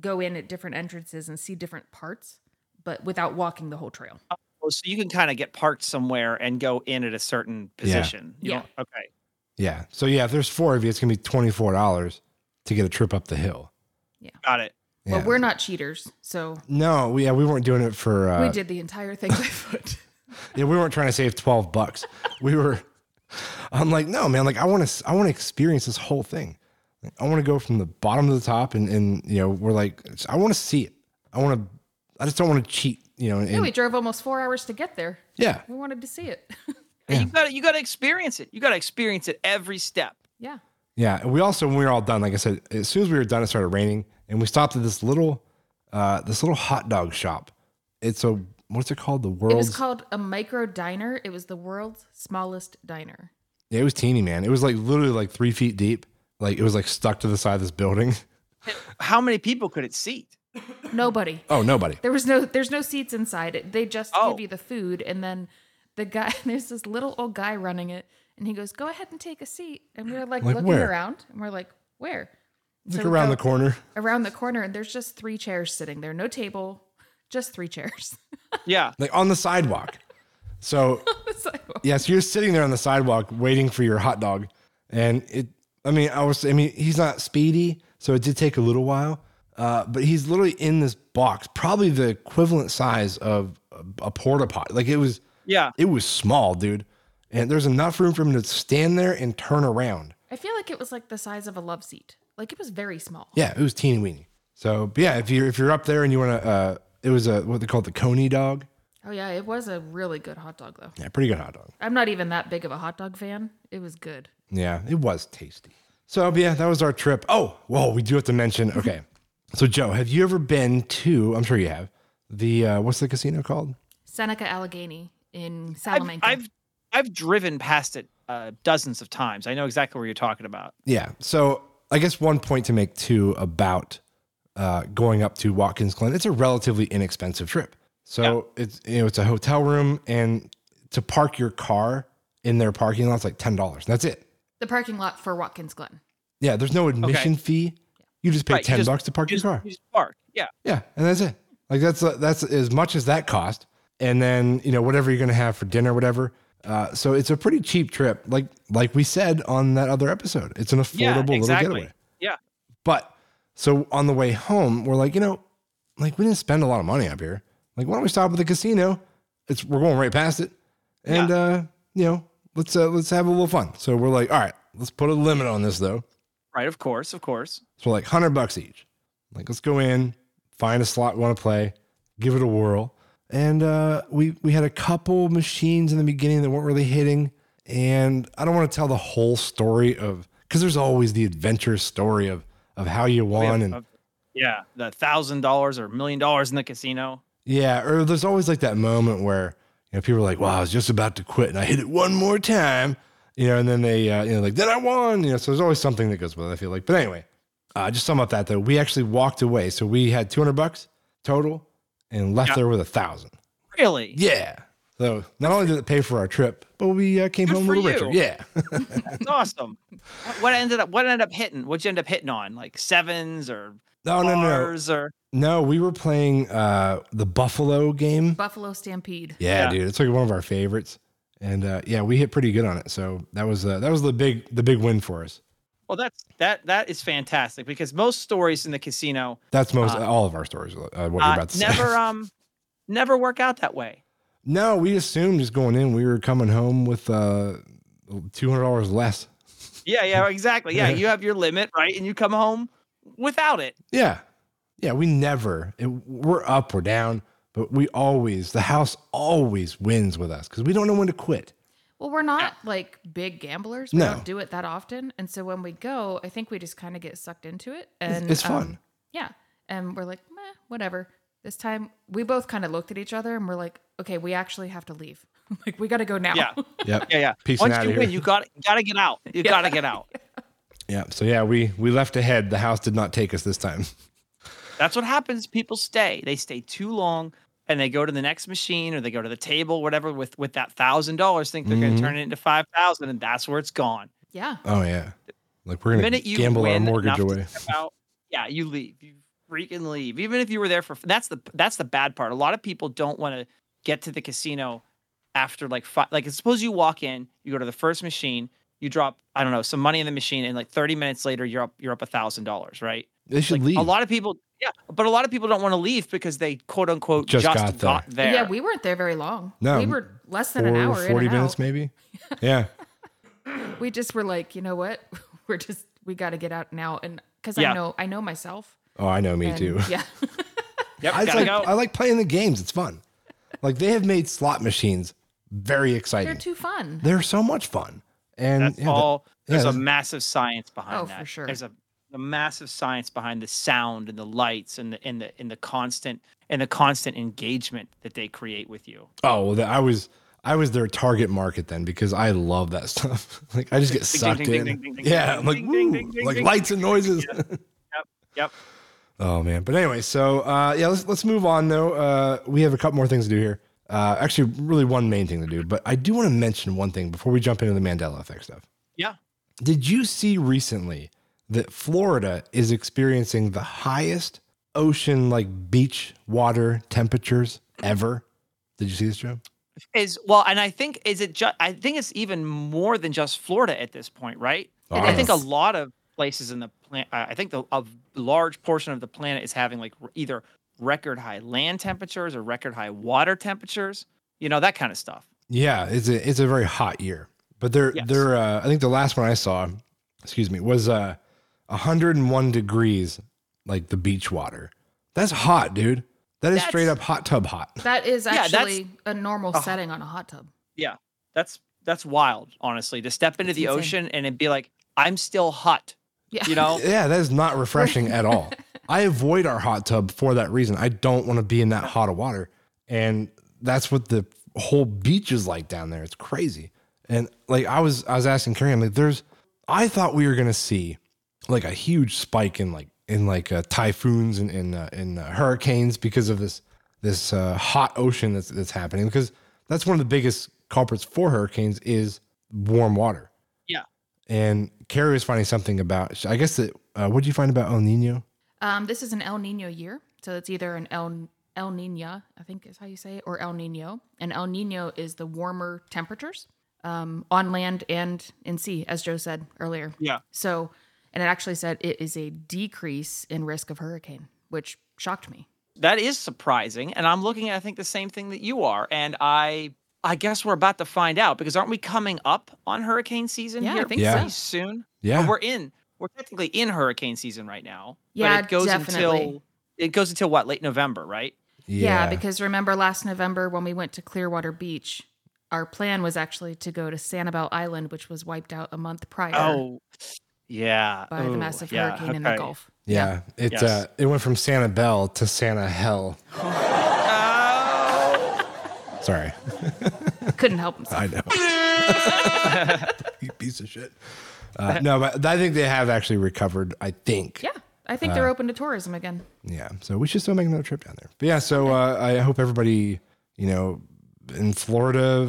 Speaker 4: go in at different entrances and see different parts but without walking the whole trail
Speaker 3: Oh, so you can kind of get parked somewhere and go in at a certain position. You
Speaker 4: Yeah.
Speaker 3: don't- Okay.
Speaker 2: Yeah. So yeah, if there's four of you, it's gonna be twenty four dollars to get a trip up the hill.
Speaker 3: Got it.
Speaker 2: Yeah.
Speaker 4: but we're not cheaters so
Speaker 2: no, we- yeah, we weren't doing it for. Uh,
Speaker 4: we did the entire thing
Speaker 2: *laughs*
Speaker 4: by foot
Speaker 2: Yeah, we weren't trying to save twelve bucks. We were. I'm like, no, man. Like, I want to. I want to experience this whole thing. Like, I want to go from the bottom to the top, and and you know, we're like, I want to see it. I want to. I just don't want to cheat. You know. And,
Speaker 4: yeah we drove almost four hours to get there
Speaker 2: yeah.
Speaker 4: we wanted to see it *laughs*
Speaker 3: And you got to you got to experience it. You got to experience it every step.
Speaker 4: yeah
Speaker 2: Yeah. and We also, when we were all done, like I said, as soon as we were done, it started raining, and we stopped at this little, uh, this little hot dog shop. It's a what's it called? The
Speaker 4: it
Speaker 2: world's.
Speaker 4: was called a micro diner it was the world's smallest diner
Speaker 2: yeah, it was teeny, man. It was like literally like three feet deep. Like it was like stuck to the side of this building. *laughs*
Speaker 3: How many people could it seat?
Speaker 4: nobody
Speaker 2: Oh, nobody.
Speaker 4: There was no there's no seats inside it. They just
Speaker 3: Oh.
Speaker 4: give you the food and then the guy *laughs* there's this little old guy running it and he goes, Go ahead and take a seat. And we're like,
Speaker 2: Like
Speaker 4: looking
Speaker 2: where?
Speaker 4: around and we're like, Where?
Speaker 2: Look
Speaker 4: we
Speaker 2: around
Speaker 4: go
Speaker 2: the corner.
Speaker 4: Around the corner and there's just three chairs sitting there. No table, just three chairs. *laughs*
Speaker 3: Yeah.
Speaker 2: like on the sidewalk. So
Speaker 4: It's like,
Speaker 2: yeah, so you're sitting there on the sidewalk waiting for your hot dog, and it. I mean, I was. I mean, he's not speedy, so it did take a little while. Uh, but he's literally in this box, probably the equivalent size of a- a porta pot. Like it was,
Speaker 3: Yeah.
Speaker 2: it was small, dude. And there's enough room for him to stand there and turn around.
Speaker 4: I feel like it was like the size of a love seat. Like it was very small.
Speaker 2: Yeah, it was teeny weeny. So but yeah, if you're if you're up there and you want to, uh, it was a what they call it, the Coney dog.
Speaker 4: Oh yeah, it was a really good hot dog though.
Speaker 2: Yeah, pretty good hot dog.
Speaker 4: I'm not even that big of a hot dog fan. It was good.
Speaker 2: Yeah, it was tasty. So yeah, that was our trip. Oh, whoa, we do have to mention.
Speaker 3: *laughs*
Speaker 2: Okay, so Joe, have you ever been to? I'm sure you have. The uh, what's the casino called?
Speaker 4: Seneca Allegheny in
Speaker 3: I've,
Speaker 4: Salamanca.
Speaker 3: I've I've driven past it uh, dozens of times. I know exactly where you're talking about.
Speaker 2: Yeah. So I guess one point to make too about uh, going up to Watkins Glen. It's a relatively inexpensive trip. So it's you know it's a hotel room and to park your car in their parking lot's like ten dollars. That's it.
Speaker 4: the parking lot for Watkins Glen.
Speaker 2: Yeah. There's no admission fee. You just pay
Speaker 3: Right, you
Speaker 2: ten
Speaker 3: just-
Speaker 2: bucks to park
Speaker 3: You
Speaker 2: your
Speaker 3: just,
Speaker 2: car.
Speaker 3: you just park. Yeah.
Speaker 2: Yeah, and that's it. Like that's uh, that's as much as that cost, and then you know whatever you're gonna have for dinner, whatever. Uh, so it's a pretty cheap trip. Like like we said on that other episode, it's an affordable
Speaker 3: Yeah.
Speaker 2: little
Speaker 3: Exactly.
Speaker 2: getaway.
Speaker 3: Yeah.
Speaker 2: But so on the way home, we're like, you know, like we didn't spend a lot of money up here. Like why don't we stop at the casino? It's we're going right past it, and uh, you know let's uh, let's have a little fun. So we're like, all right, let's put a limit on this though.
Speaker 3: Right. Of course. Of course.
Speaker 2: So like hundred bucks each. Like let's go in, find a slot we want to play, give it a whirl. And uh, we we had a couple machines in the beginning that weren't really hitting. And I don't want to tell the whole story of because there's always the adventure story of of how you
Speaker 3: We have-
Speaker 2: won and
Speaker 3: uh, yeah, the thousand dollars or million dollars in the casino.
Speaker 2: yeah, or there's always like that moment where you know people are like, "Wow, I was just about to quit and I hit it one more time," you know, and then they, uh, you know, like, then I won, you know, so there's always something that goes with it, I feel like. But anyway, uh, just sum up that though, we actually walked away. So we had 200 bucks total and left
Speaker 3: Yeah.
Speaker 2: there with a thousand.
Speaker 3: Really?
Speaker 2: Yeah. So not only did it pay for our trip, but we uh, came
Speaker 3: Good
Speaker 2: home a
Speaker 3: for
Speaker 2: little
Speaker 3: you.
Speaker 2: richer. Yeah. *laughs*
Speaker 3: That's awesome. What- What ended up? What ended up hitting? What'd you end up hitting on? Like sevens or
Speaker 2: no, no, no.
Speaker 3: bars or
Speaker 2: No, we were playing uh, the Buffalo game.
Speaker 4: Buffalo Stampede.
Speaker 2: Yeah,
Speaker 3: Yeah.
Speaker 2: dude, it's like one of our favorites, and uh, yeah, we hit pretty good on it. So that was uh, that was the big the big win for us.
Speaker 3: Well, that's that that is fantastic because most stories in the casino
Speaker 2: That's most
Speaker 3: Uh,
Speaker 2: all of our stories. Uh, what you're
Speaker 3: uh,
Speaker 2: about to
Speaker 3: never
Speaker 2: say.
Speaker 3: um never work out that way.
Speaker 2: *laughs* no, we assumed just going in, we were coming home with uh, two hundred dollars less.
Speaker 3: Yeah, yeah, exactly. Yeah, you have your limit, right? And you come home without it.
Speaker 2: Yeah, yeah, we never it, we're up or down, but we always the house always wins with us because we don't know when to quit.
Speaker 4: Well, we're not like big gamblers. We
Speaker 2: No.
Speaker 4: don't do it that often. And so when we go, I think we just kind of get sucked into it. And
Speaker 2: it's fun.
Speaker 4: um, yeah. And we're like, meh, whatever. This time we both kind of looked at each other and we're like, okay, we actually have to leave. *laughs* like, we got to go now.
Speaker 3: Yeah.
Speaker 2: Yep.
Speaker 3: *laughs* Yeah, yeah.
Speaker 2: Peace and
Speaker 3: Once
Speaker 2: outta
Speaker 3: you
Speaker 2: here.
Speaker 3: win, you got got to get out. You got to get out.
Speaker 2: yeah. So yeah, we we left ahead. The house did not take us this time.
Speaker 3: That's what happens. People stay. They stay too long and they go to the next machine or they go to the table, whatever, with with that thousand dollars, think they're
Speaker 2: Mm-hmm.
Speaker 3: gonna turn it into five thousand, and that's where it's gone.
Speaker 4: *laughs* Yeah.
Speaker 2: Oh yeah, like we're
Speaker 3: The
Speaker 2: gonna
Speaker 3: minute you
Speaker 2: gamble our
Speaker 3: win
Speaker 2: mortgage
Speaker 3: enough to
Speaker 2: away.
Speaker 3: step out, yeah, you leave. You freaking leave. Even if you were there for that's the that's the bad part. A lot of people don't want to get to the casino after like five. Like suppose you walk in, you go to the first machine, you drop I don't know some money in the machine, and like thirty minutes later you're up you're up a thousand dollars, right?
Speaker 2: They should leave.
Speaker 3: A lot of people, yeah, but a lot of people don't want to leave because they quote unquote
Speaker 2: Just
Speaker 3: just,
Speaker 2: got
Speaker 3: got,
Speaker 2: there.
Speaker 3: there.
Speaker 4: Yeah. We weren't there very long.
Speaker 2: No,
Speaker 4: We were less than
Speaker 2: Four,
Speaker 4: an hour.
Speaker 2: 40
Speaker 4: in and
Speaker 2: minutes
Speaker 4: out. *laughs*
Speaker 2: maybe. Yeah.
Speaker 4: we just were like, you know what? *laughs* We're just we got to get out now, and because
Speaker 3: Yeah.
Speaker 4: I know I know myself.
Speaker 2: Oh, I know, me
Speaker 4: and-
Speaker 2: too.
Speaker 4: Yeah, *laughs*
Speaker 3: yep,
Speaker 2: I
Speaker 3: gotta
Speaker 2: like,
Speaker 3: go.
Speaker 2: I like playing the games. It's fun. Like they have made slot machines very
Speaker 4: they're
Speaker 2: exciting.
Speaker 4: too fun.
Speaker 2: *laughs* They're so much fun. And
Speaker 3: That's
Speaker 2: Mm, yeah, the-
Speaker 3: all. there's
Speaker 2: that's-
Speaker 3: a massive science behind
Speaker 4: Oh, for
Speaker 3: that.
Speaker 4: sure.
Speaker 3: There's a, a massive science behind the sound and the lights and the and the and the constant and the constant engagement that they create with you.
Speaker 2: oh, well, the- I was I was their target market then because I love that *laughs* stuff. like I just get
Speaker 3: Ding, ding,
Speaker 2: sucked
Speaker 3: ding,
Speaker 2: in.
Speaker 3: ding, ding, ding,
Speaker 2: yeah,
Speaker 3: ding,
Speaker 2: I'm like
Speaker 3: ding, ding,
Speaker 2: "Woo,"
Speaker 3: ding, ding,
Speaker 2: like
Speaker 3: ding,
Speaker 2: lights and
Speaker 3: *laughs*
Speaker 2: noises.
Speaker 3: Yep.
Speaker 2: *laughs* Oh man. But anyway, so uh, yeah, let's let's move on though. Uh, we have a couple more things to do here. Uh, actually, really one main thing to do, but I do want to mention one thing before we jump into the Mandela effect stuff.
Speaker 3: Yeah.
Speaker 2: Did you see recently that Florida is experiencing the highest ocean like beach water temperatures ever? Did you see this, Joe?
Speaker 3: Is well, and I think is it just I think it's even more than just Florida at this point, right?
Speaker 2: Oh,
Speaker 3: I
Speaker 2: I
Speaker 3: think a
Speaker 4: don't know.
Speaker 3: lot of places in the planet, I think the, a large portion of the planet is having like r- either record high land temperatures or record high water temperatures. You know that kind of stuff.
Speaker 2: Yeah, it's a it's a very hot year. But they're
Speaker 3: Yes.
Speaker 2: they're uh, I think the last one I saw, excuse me, was uh 101 degrees like the beach water. That's hot, dude. That is straight up
Speaker 3: That's-
Speaker 2: hot tub hot.
Speaker 4: that is
Speaker 3: Yeah, that's-
Speaker 4: actually a normal
Speaker 3: Oh.
Speaker 4: setting on a hot tub.
Speaker 3: that's that's wild honestly to step into
Speaker 4: It's
Speaker 3: the
Speaker 4: insane.
Speaker 3: ocean and it'd be like i'm still hot
Speaker 4: Yeah,
Speaker 3: you
Speaker 4: *laughs*
Speaker 3: know
Speaker 2: Yeah, that is not refreshing at all. I avoid our hot tub for that reason. I don't want to be in that hot of water. And that's what the whole beach is like down there. It's crazy. And like I was I was asking Carrie, I'm like, there's I thought we were gonna see like a huge spike in like in like uh, typhoons and in uh, in uh, hurricanes because of this this uh, hot ocean that's that's happening because that's one of the biggest culprits for hurricanes is warm water.
Speaker 3: Yeah.
Speaker 2: And Carrie was finding something about I guess that uh, what did you find about El Nino?
Speaker 4: um, this is an El Nino year, so it's either an El El Nina, I think is how you say it, or El Nino, and El Nino is the warmer temperatures um, on land and in sea, as Joe said earlier.
Speaker 3: Yeah.
Speaker 4: So, and it actually said it is a decrease in risk of hurricane, which shocked me.
Speaker 3: that is surprising and i'm looking at i think the same thing that you are and i i guess we're about to find out because aren't we coming up on hurricane season
Speaker 4: Yeah, I
Speaker 3: here
Speaker 4: think
Speaker 2: Yeah.
Speaker 3: pretty
Speaker 4: so.
Speaker 3: soon Or
Speaker 4: Oh,
Speaker 2: Yeah.
Speaker 3: we're in we're technically in hurricane season right now
Speaker 4: Yeah,
Speaker 3: but it goes
Speaker 4: definitely.
Speaker 3: until it goes until what late november right
Speaker 4: Yeah. because remember last November when we went to Clearwater Beach, our plan was actually to go to Sanibel Island, which was wiped out a month prior
Speaker 3: oh yeah
Speaker 4: by the
Speaker 3: Ooh,
Speaker 4: massive
Speaker 3: yeah,
Speaker 4: hurricane in the
Speaker 3: okay.
Speaker 4: Gulf.
Speaker 2: yeah. It
Speaker 3: Yes.
Speaker 2: uh, it went from Santa Bell to Santa Hell.
Speaker 3: Oh.
Speaker 2: Sorry.
Speaker 4: Couldn't help himself.
Speaker 2: I know. *laughs* you piece of shit. Uh, no, but I think they have actually recovered. I think.
Speaker 4: Yeah, I think they're open to tourism again.
Speaker 2: Yeah. So we should still make another trip down there. But yeah. So uh, I hope everybody, you know, in Florida,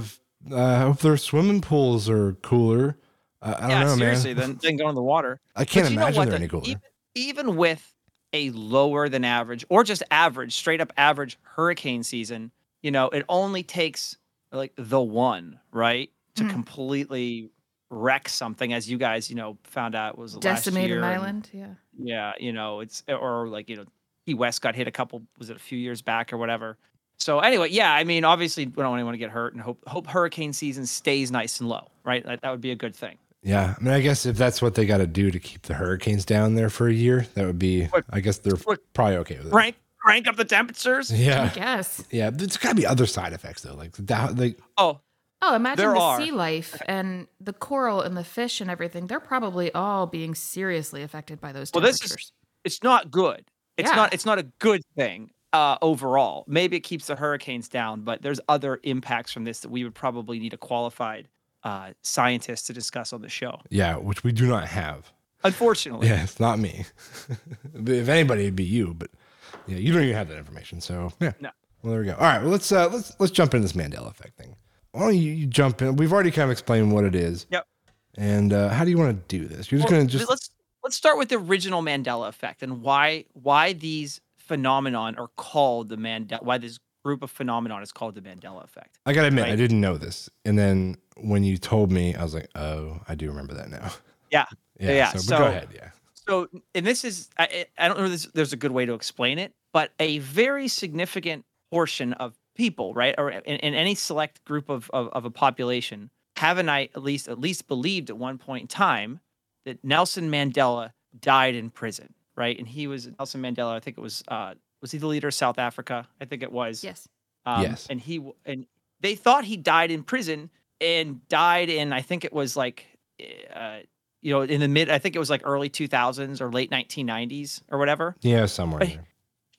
Speaker 2: uh, I hope their swimming pools are cooler. Uh, I don't
Speaker 3: yeah,
Speaker 2: know,
Speaker 3: seriously,
Speaker 2: man.
Speaker 3: then then go in the water.
Speaker 2: I can't
Speaker 3: But you know
Speaker 2: imagine
Speaker 3: what, e-
Speaker 2: they're
Speaker 3: though?
Speaker 2: any cooler.
Speaker 3: Even, even with a lower than average or just average, straight up average hurricane season, you know, it only takes like the one, right? To
Speaker 4: Mhm.
Speaker 3: completely wreck something as you guys, you know, found out was last
Speaker 4: Decimate
Speaker 3: year
Speaker 4: an
Speaker 3: and-
Speaker 4: island. Yeah.
Speaker 3: *laughs* yeah, you know, it's or like you know, Key West got hit a couple was it a few years back or whatever. So anyway, yeah, I mean, obviously we don't want anyone to get hurt and hope hope hurricane season stays nice and low, right? That, that would be a good thing.
Speaker 2: yeah. I mean, I guess if that's what they got to do to keep the hurricanes down there for a year, that would be.
Speaker 3: Quick-
Speaker 2: I guess they're
Speaker 3: quick-
Speaker 2: probably okay with it.
Speaker 3: Crank crank up the
Speaker 2: *laughs*
Speaker 3: temperatures.
Speaker 2: Yeah.
Speaker 4: Yes.
Speaker 2: Yeah. There's got to be other side effects though, like that. Like
Speaker 3: Oh,
Speaker 4: Oh, imagine
Speaker 3: There
Speaker 4: the
Speaker 3: are.
Speaker 4: sea life and the coral and the fish and everything. They're probably all being seriously affected by those
Speaker 3: Well,
Speaker 4: temperatures.
Speaker 3: this is- it's not good. It's
Speaker 4: Yeah.
Speaker 3: not it's not a good thing uh overall. Maybe it keeps the hurricanes down, but there's other impacts from this that we would probably need a qualified uh scientist to discuss on the show.
Speaker 2: yeah, which we do not have.
Speaker 3: Unfortunately.
Speaker 2: Yeah, it's not me. *laughs* if anybody, it'd be you. But yeah, you don't even have that information. So yeah.
Speaker 3: No.
Speaker 2: Well, there we go. All right. Well, let's uh, let's let's jump into this Mandela effect thing. Why don't you, you jump in? We've already kind of explained what it is.
Speaker 3: Yep.
Speaker 2: And uh, how do you want to do this? You're just
Speaker 3: Well,
Speaker 2: gonna just
Speaker 3: let's let's start with the original Mandela effect and why why these phenomenon are called the Mandela why this group of phenomenon is called the Mandela effect.
Speaker 2: I gotta admit, I
Speaker 3: Right.
Speaker 2: didn't know this. And then when you told me, I was like, oh, I do remember that now.
Speaker 3: Yeah.
Speaker 2: *laughs* Yeah.
Speaker 3: Yeah,
Speaker 2: so, but
Speaker 3: so-
Speaker 2: go ahead. Yeah.
Speaker 3: So and this is I, I- I don't know if this, there's a good way to explain it, but a very significant portion of people, right, or in, in any select group of, of of a population, haven't I at least at least believed at one point in time that Nelson Mandela died in prison, right? And he was Nelson Mandela. I think it was uh, was he the leader of South Africa? I think it was.
Speaker 4: yes.
Speaker 3: Um,
Speaker 2: Yes.
Speaker 3: And he w- and they thought he died in prison and died in I think it was like, uh, you know, in the mid I think it was like early 2000s or late 1990s or whatever.
Speaker 2: Yeah, somewhere. in
Speaker 3: Right.
Speaker 2: there.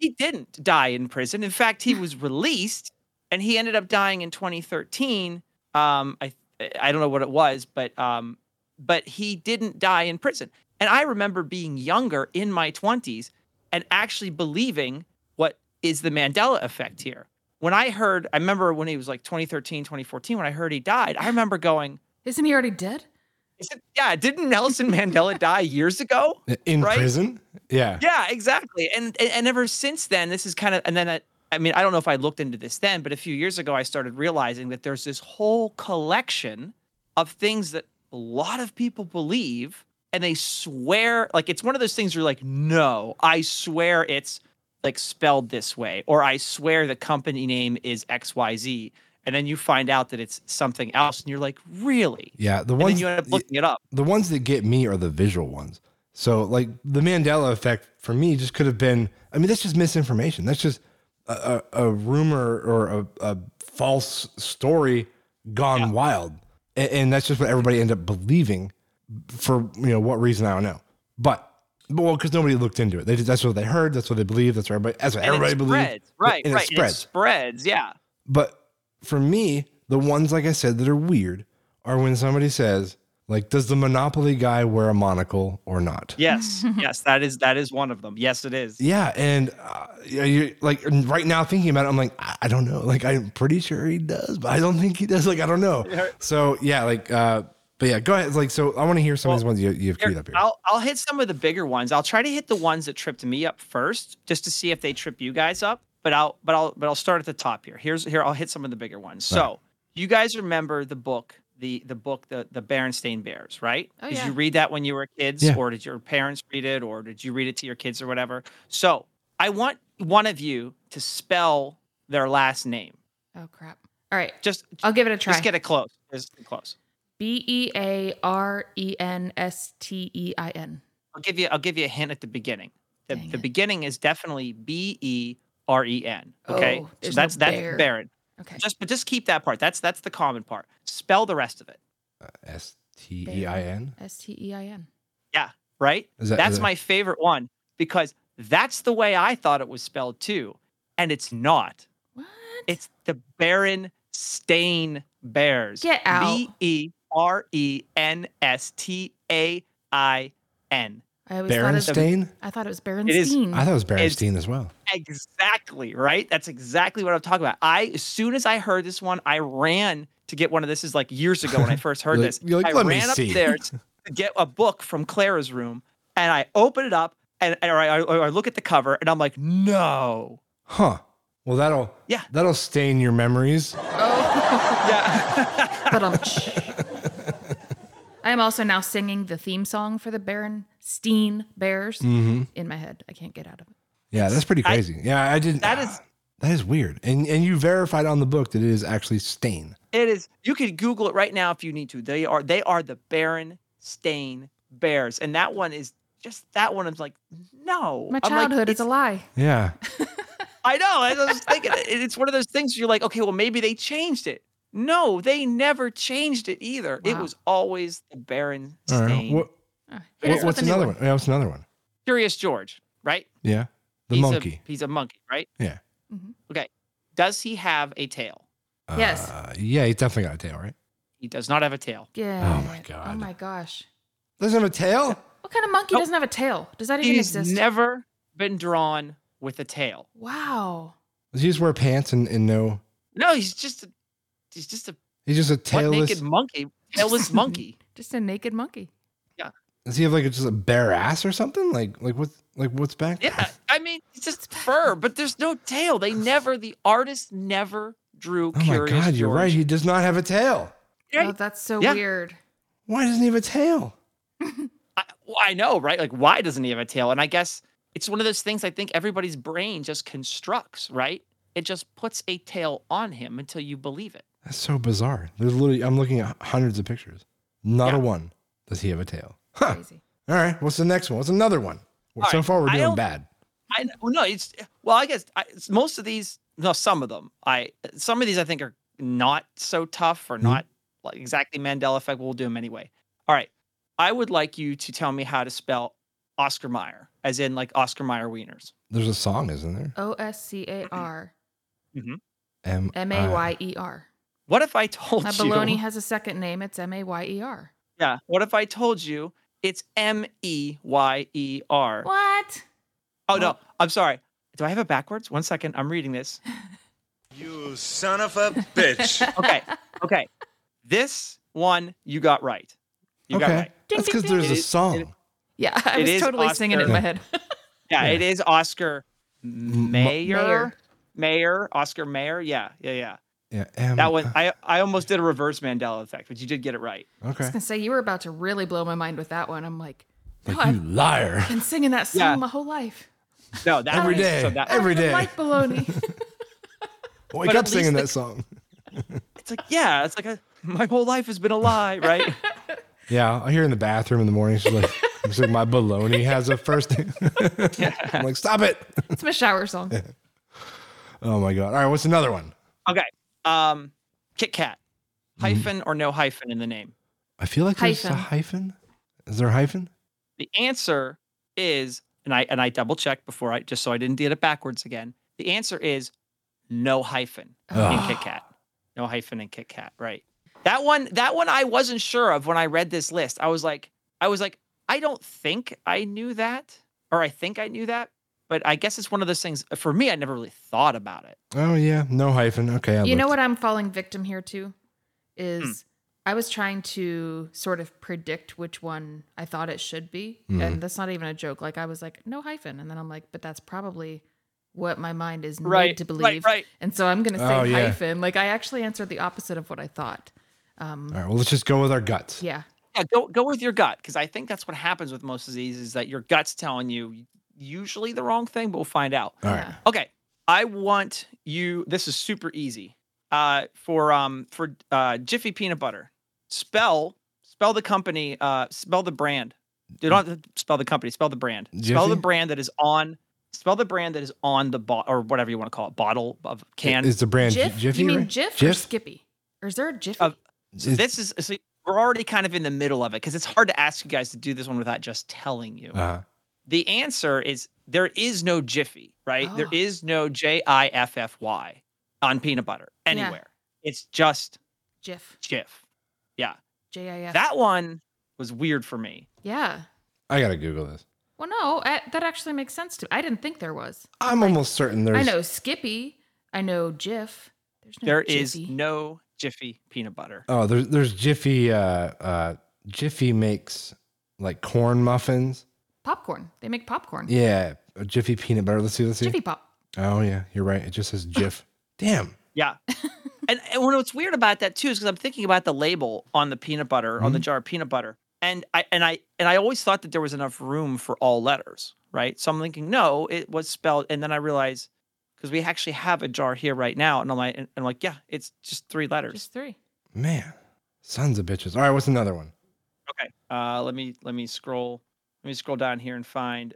Speaker 3: He didn't die in prison. In fact, he was released and he ended up dying in 2013. Um, I I don't know what it was, but um, but he didn't die in prison. And I remember being younger in my 20s and actually believing what is the Mandela effect here. When I heard, I remember when he was like 2013, 2014, when I heard he died, I remember going,
Speaker 4: Isn't he already dead?
Speaker 3: Is it, yeah, didn't Nelson Mandela die years ago?
Speaker 2: In
Speaker 3: Right?
Speaker 2: prison? Yeah.
Speaker 3: Yeah, exactly. And, and and ever since then, this is kind of and then I, I mean I don't know if I looked into this then, but a few years ago I started realizing that there's this whole collection of things that a lot of people believe and they swear like it's one of those things where you're like, no, I swear it's like spelled this way, or I swear the company name is XYZ. And then you find out that it's something else, and you're like, really?
Speaker 2: Yeah. The
Speaker 3: And then
Speaker 2: ones
Speaker 3: you end up looking it up.
Speaker 2: the ones that get me are the visual ones. So like the Mandela effect for me just could have been. I mean, that's just misinformation. That's just a, a, a rumor or a, a false story gone wild, A- and, that's just what everybody ended up believing for you know what reason I don't know. But, but well, because nobody looked into it. They just, that's what they heard. That's what they believed. That's what everybody. That's what
Speaker 3: And it
Speaker 2: everybody believed.
Speaker 3: spreads, right?
Speaker 2: and it
Speaker 3: right. And it
Speaker 2: spreads.
Speaker 3: spreads. Yeah.
Speaker 2: But for me, the ones like I said that are weird are when somebody says, like, does the Monopoly guy wear a monocle or not?
Speaker 3: Yes,
Speaker 4: *laughs*
Speaker 3: yes, that is that is one of them. Yes, it is.
Speaker 2: Yeah, and uh, yeah, you're like and right now thinking about it, I'm like, I, I don't know. Like, I'm pretty sure he does, but I don't think he does. Like, I don't know. So yeah, like, uh, but yeah, go ahead. Like, so I want to hear some of these ones you, you've
Speaker 3: Here,
Speaker 2: queued up here.
Speaker 3: I'll I'll hit some of the bigger ones. I'll try to hit the ones that tripped me up first, just to see if they trip you guys up. But I'll but I'll but I'll start at the top here. Here's here I'll hit some of the bigger ones. So you guys remember the book the the book the the Berenstain Bears, right?
Speaker 4: Oh,
Speaker 3: did
Speaker 4: yeah.
Speaker 3: you read that when you were kids,
Speaker 2: Yeah.
Speaker 3: or did your parents read it, or did you read it to your kids or whatever? So I want one of you to spell their last name.
Speaker 4: Oh crap. All right.
Speaker 3: Just
Speaker 4: I'll give it a try.
Speaker 3: just get it close. Just get it close.
Speaker 4: B E A R E N S T E I N.
Speaker 3: I'll give you I'll give you a hint at the beginning. The,
Speaker 4: Dang
Speaker 3: the
Speaker 4: it.
Speaker 3: beginning is definitely B E R E N. Okay.
Speaker 4: Oh,
Speaker 3: so
Speaker 4: there's no
Speaker 3: that's that's
Speaker 4: bear.
Speaker 3: Baron.
Speaker 4: Okay.
Speaker 3: Just but just keep that part. That's that's the common part. Spell the rest of it.
Speaker 2: S T E I N.
Speaker 4: S T E I N.
Speaker 3: Right?
Speaker 2: Is that-
Speaker 3: that's
Speaker 2: is that-
Speaker 3: my favorite one because that's the way I thought it was spelled too. And it's not.
Speaker 4: What?
Speaker 3: It's the Baron Stain Bears.
Speaker 4: Get out.
Speaker 3: B E R E N S T A I N.
Speaker 4: I always thought it was,
Speaker 2: Berenstain?
Speaker 4: I thought it was
Speaker 3: is-
Speaker 4: Berenstein.
Speaker 2: I thought it was Berenstain as well.
Speaker 3: Exactly, right? That's exactly what I'm talking about. I as soon as I heard this one, I ran to get one of this is like years ago when
Speaker 2: *laughs*
Speaker 3: I first heard
Speaker 2: You're like-
Speaker 3: this.
Speaker 2: you're like,
Speaker 3: I
Speaker 2: "Let me
Speaker 3: ran
Speaker 2: see."
Speaker 3: upstairs to get a book from Clara's room and I open it up and, and I, I- I look at the cover and I'm like, no.
Speaker 2: Huh. Well, that'll
Speaker 3: Yeah.
Speaker 2: that'll stain your memories.
Speaker 3: Yeah.
Speaker 4: but I'm. I am also now singing the theme song for the Berenstein Bears
Speaker 2: Mm-hmm.
Speaker 4: in my head. I can't get out of it.
Speaker 2: Yeah, that's pretty crazy. yeah, I didn't.
Speaker 3: that is-
Speaker 2: that is weird. And and you verified on the book that it is actually stain.
Speaker 3: *laughs* it is you could Google it right now if you need to. They are they are the Baron Stain Bears. And that one is just that one is like, no.
Speaker 4: My
Speaker 3: I'm like,
Speaker 4: childhood
Speaker 3: it's
Speaker 4: is a lie.
Speaker 2: Yeah.
Speaker 3: I know. I was thinking it- it's one of those things you're like, okay, well, maybe they changed it. No, they never changed it either. It
Speaker 4: Wow.
Speaker 3: was always the Baron
Speaker 2: All right.
Speaker 3: Stain.
Speaker 2: What-
Speaker 4: Oh,
Speaker 2: what-
Speaker 4: here's
Speaker 2: what's
Speaker 4: the new
Speaker 2: another one? Yeah, what's another one?
Speaker 3: Curious George, right?
Speaker 2: Yeah. The
Speaker 3: he's
Speaker 2: monkey.
Speaker 3: A, he's a monkey, right?
Speaker 2: Yeah.
Speaker 4: Mhm.
Speaker 3: Okay. Does he have a tail?
Speaker 4: Yes.
Speaker 2: Uh, yeah, he definitely got a tail, right?
Speaker 3: He does not have a tail.
Speaker 4: Yeah.
Speaker 2: my
Speaker 4: Oh
Speaker 2: God.
Speaker 4: my gosh.
Speaker 2: Doesn't have a tail.
Speaker 4: What kind of monkey
Speaker 3: Nope.
Speaker 4: doesn't have a tail? Does that even
Speaker 3: Oh. He's
Speaker 4: exist?
Speaker 3: never been drawn with a tail.
Speaker 4: wow.
Speaker 2: Does he just wear pants and, and no?
Speaker 3: No, he's just a, he's just a
Speaker 2: He's just a
Speaker 3: butt
Speaker 2: tailless.
Speaker 3: naked monkey, tailless
Speaker 4: *laughs*
Speaker 3: monkey.
Speaker 4: Just a naked monkey.
Speaker 2: Does he have like a, just a bare ass or something? Like like what's like what's back? there?
Speaker 3: Yeah, I mean, it's just fur, but there's no tail. They never, the artist never drew
Speaker 2: Oh my
Speaker 3: Curious
Speaker 2: God, you're
Speaker 3: George.
Speaker 2: right. He does not have a tail.
Speaker 3: Right.
Speaker 4: Oh, that's so
Speaker 3: Yeah.
Speaker 4: weird.
Speaker 2: Why doesn't he have a tail?
Speaker 3: I, well, I know, right? Like, why doesn't he have a tail? And I guess it's one of those things I think everybody's brain just constructs, right? It just puts a tail on him until you believe it.
Speaker 2: That's so bizarre. There's literally I'm looking at hundreds of pictures. Not a
Speaker 3: Yeah.
Speaker 2: one does he have a tail. Huh.
Speaker 4: Crazy.
Speaker 2: All right. What's the next one? What's another one?
Speaker 3: All
Speaker 2: so
Speaker 3: right,
Speaker 2: far we're
Speaker 3: I
Speaker 2: doing
Speaker 3: don't-
Speaker 2: bad.
Speaker 3: I kn- well, no, it's well, I guess I, it's most of these, no, some of them, I some of these I think are not so tough or
Speaker 2: Mhm.
Speaker 3: not like exactly Mandela effect. but We'll do them anyway. All right, I would like you to tell me how to spell Oscar Mayer, as in like Oscar Mayer wieners.
Speaker 2: There's a song, isn't there?
Speaker 4: O S C A R
Speaker 2: M
Speaker 4: M A Y E R.
Speaker 3: What if I *laughs* told
Speaker 4: Now,
Speaker 3: you?
Speaker 4: baloney has a second name. It's M A Y E R.
Speaker 3: Yeah. What if I told you it's M E Y E R?
Speaker 4: What?
Speaker 3: Oh no, I'm sorry. Do I have it backwards? One second, I'm reading this.
Speaker 5: You son of a bitch.
Speaker 3: Okay, okay. This one you got right. *laughs* You got
Speaker 2: Okay.
Speaker 3: right.
Speaker 4: Ding,
Speaker 2: That's
Speaker 4: ding,
Speaker 2: because
Speaker 4: ding.
Speaker 2: there's
Speaker 3: It
Speaker 2: a
Speaker 3: is- it
Speaker 2: song.
Speaker 4: Yeah, I
Speaker 3: It
Speaker 4: was
Speaker 3: is
Speaker 4: totally singing it in my head.
Speaker 3: Yeah,
Speaker 2: Yeah.
Speaker 3: it is Oscar Mayer. Mayer, Oscar Mayer. Yeah, yeah, yeah.
Speaker 2: Yeah. M-
Speaker 3: That one. I I almost did a reverse Mandela effect, but you did get it right.
Speaker 4: I was
Speaker 2: Okay.
Speaker 4: gonna say you were about to really blow my mind with that one. I'm like, no,
Speaker 2: Like,
Speaker 4: *laughs*
Speaker 2: you
Speaker 4: I've
Speaker 2: liar.
Speaker 4: been singing that song
Speaker 3: Yeah.
Speaker 4: my whole life.
Speaker 3: No, that
Speaker 2: Every
Speaker 3: one is-
Speaker 2: day.
Speaker 3: So that,
Speaker 2: Every
Speaker 4: I don't
Speaker 2: day.
Speaker 4: like baloney.
Speaker 2: *laughs* Wake
Speaker 3: But
Speaker 2: up
Speaker 3: at
Speaker 2: singing
Speaker 3: least
Speaker 2: that song.
Speaker 3: it's like yeah, it's like a, my whole life has been a lie, right?
Speaker 2: Yeah, I hear her in the bathroom in the morning. She's like, she's like my baloney has a first name. *laughs* I'm like, stop it.
Speaker 4: it's my shower song.
Speaker 2: Oh my god. All right, what's another one?
Speaker 3: Okay. Um, Kit Kat.
Speaker 2: Mm-hmm.
Speaker 3: Hyphen or no hyphen in the name?
Speaker 2: I feel like there's a
Speaker 4: Hyphen.
Speaker 2: hyphen. Is there a hyphen?
Speaker 3: The answer is, and I and I double checked before I just so I didn't get it backwards again. The answer is no hyphen in
Speaker 2: Ugh.
Speaker 3: Kit Kat. No hyphen in Kit Kat. Right. That one. That one I wasn't sure of when I read this list. I was like, I was like, I don't think I knew that, or I think I knew that, but I guess it's one of those things. uh, For me, I never really thought about it.
Speaker 2: Oh yeah, no hyphen. Okay. I
Speaker 4: you know
Speaker 2: looked.
Speaker 4: what I'm falling victim here to is
Speaker 3: Hmm.
Speaker 4: I was trying to sort of predict which one I thought it should be.
Speaker 2: Mm-hmm.
Speaker 4: And that's not even a joke. Like I was like, no hyphen. And then I'm like, but that's probably what my mind is made
Speaker 3: Right,
Speaker 4: to
Speaker 3: right,
Speaker 4: believe.
Speaker 3: right.
Speaker 4: And so I'm gonna say
Speaker 2: Oh, yeah.
Speaker 4: hyphen. Like I actually answered the opposite of what I thought. Um,
Speaker 2: All right. Well, let's just go with our guts.
Speaker 4: Yeah.
Speaker 3: Yeah, go go with your gut because I think that's what happens with most of these is that your gut's telling you usually the wrong thing, but we'll find out.
Speaker 2: All right.
Speaker 4: Yeah.
Speaker 3: Okay, I want you. This is super easy. Uh, for um for uh Jiffy peanut butter, spell spell the company. Uh, spell the brand. Do not have to spell the company. Spell the brand. Spell
Speaker 2: Mm.
Speaker 3: the
Speaker 2: Jiffy?
Speaker 3: brand that is on. Spell the brand that is on the bottle or whatever you want to call it. Bottle of can.
Speaker 2: Is the brand
Speaker 4: Jif?
Speaker 2: Jiffy?
Speaker 4: you mean
Speaker 2: right?
Speaker 4: Jif, or Skippy? Or is there a Jiffy?
Speaker 3: Of- So
Speaker 2: Is-
Speaker 3: this is so we're already kind of in the middle of it because it's hard to ask you guys to do this one without just telling you.
Speaker 2: uh,
Speaker 3: the answer is there is no Jiffy, right? There
Speaker 4: Oh.
Speaker 3: is no J I F F Y on peanut butter
Speaker 4: Yeah.
Speaker 3: anywhere. It's just
Speaker 4: Jif.
Speaker 3: Jif. Yeah.
Speaker 4: J I F.
Speaker 3: That one was weird for me.
Speaker 4: yeah.
Speaker 2: I gotta Google this.
Speaker 4: Well, no, I, that actually makes sense to me. I didn't think there was.
Speaker 2: I'm almost certain there's.
Speaker 4: I know Skippy. I know Jif. There's no
Speaker 3: There is
Speaker 4: Jiffy.
Speaker 3: no Jiffy peanut butter.
Speaker 2: Oh, there's there's Jiffy. Uh, uh, Jiffy makes like corn muffins.
Speaker 4: popcorn. They make popcorn.
Speaker 2: Yeah, uh, Jiffy peanut butter. Let's see. Let's see.
Speaker 4: Jiffy Pop.
Speaker 2: Oh yeah, you're right. It just says Jif. Damn.
Speaker 3: Yeah. and, and what's weird about that too is because I'm thinking about the label on the peanut butter on the jar of peanut butter, and I and I and I always thought that there was enough room for all letters, right? So I'm thinking, no, it was spelled, and then I realize because we actually have a jar here right now, and I'm like, and I'm like, yeah, it's just three letters.
Speaker 4: Just three.
Speaker 2: Man, sons of bitches. All right, what's another one?
Speaker 3: Okay. Uh, let me let me scroll let me scroll down here and find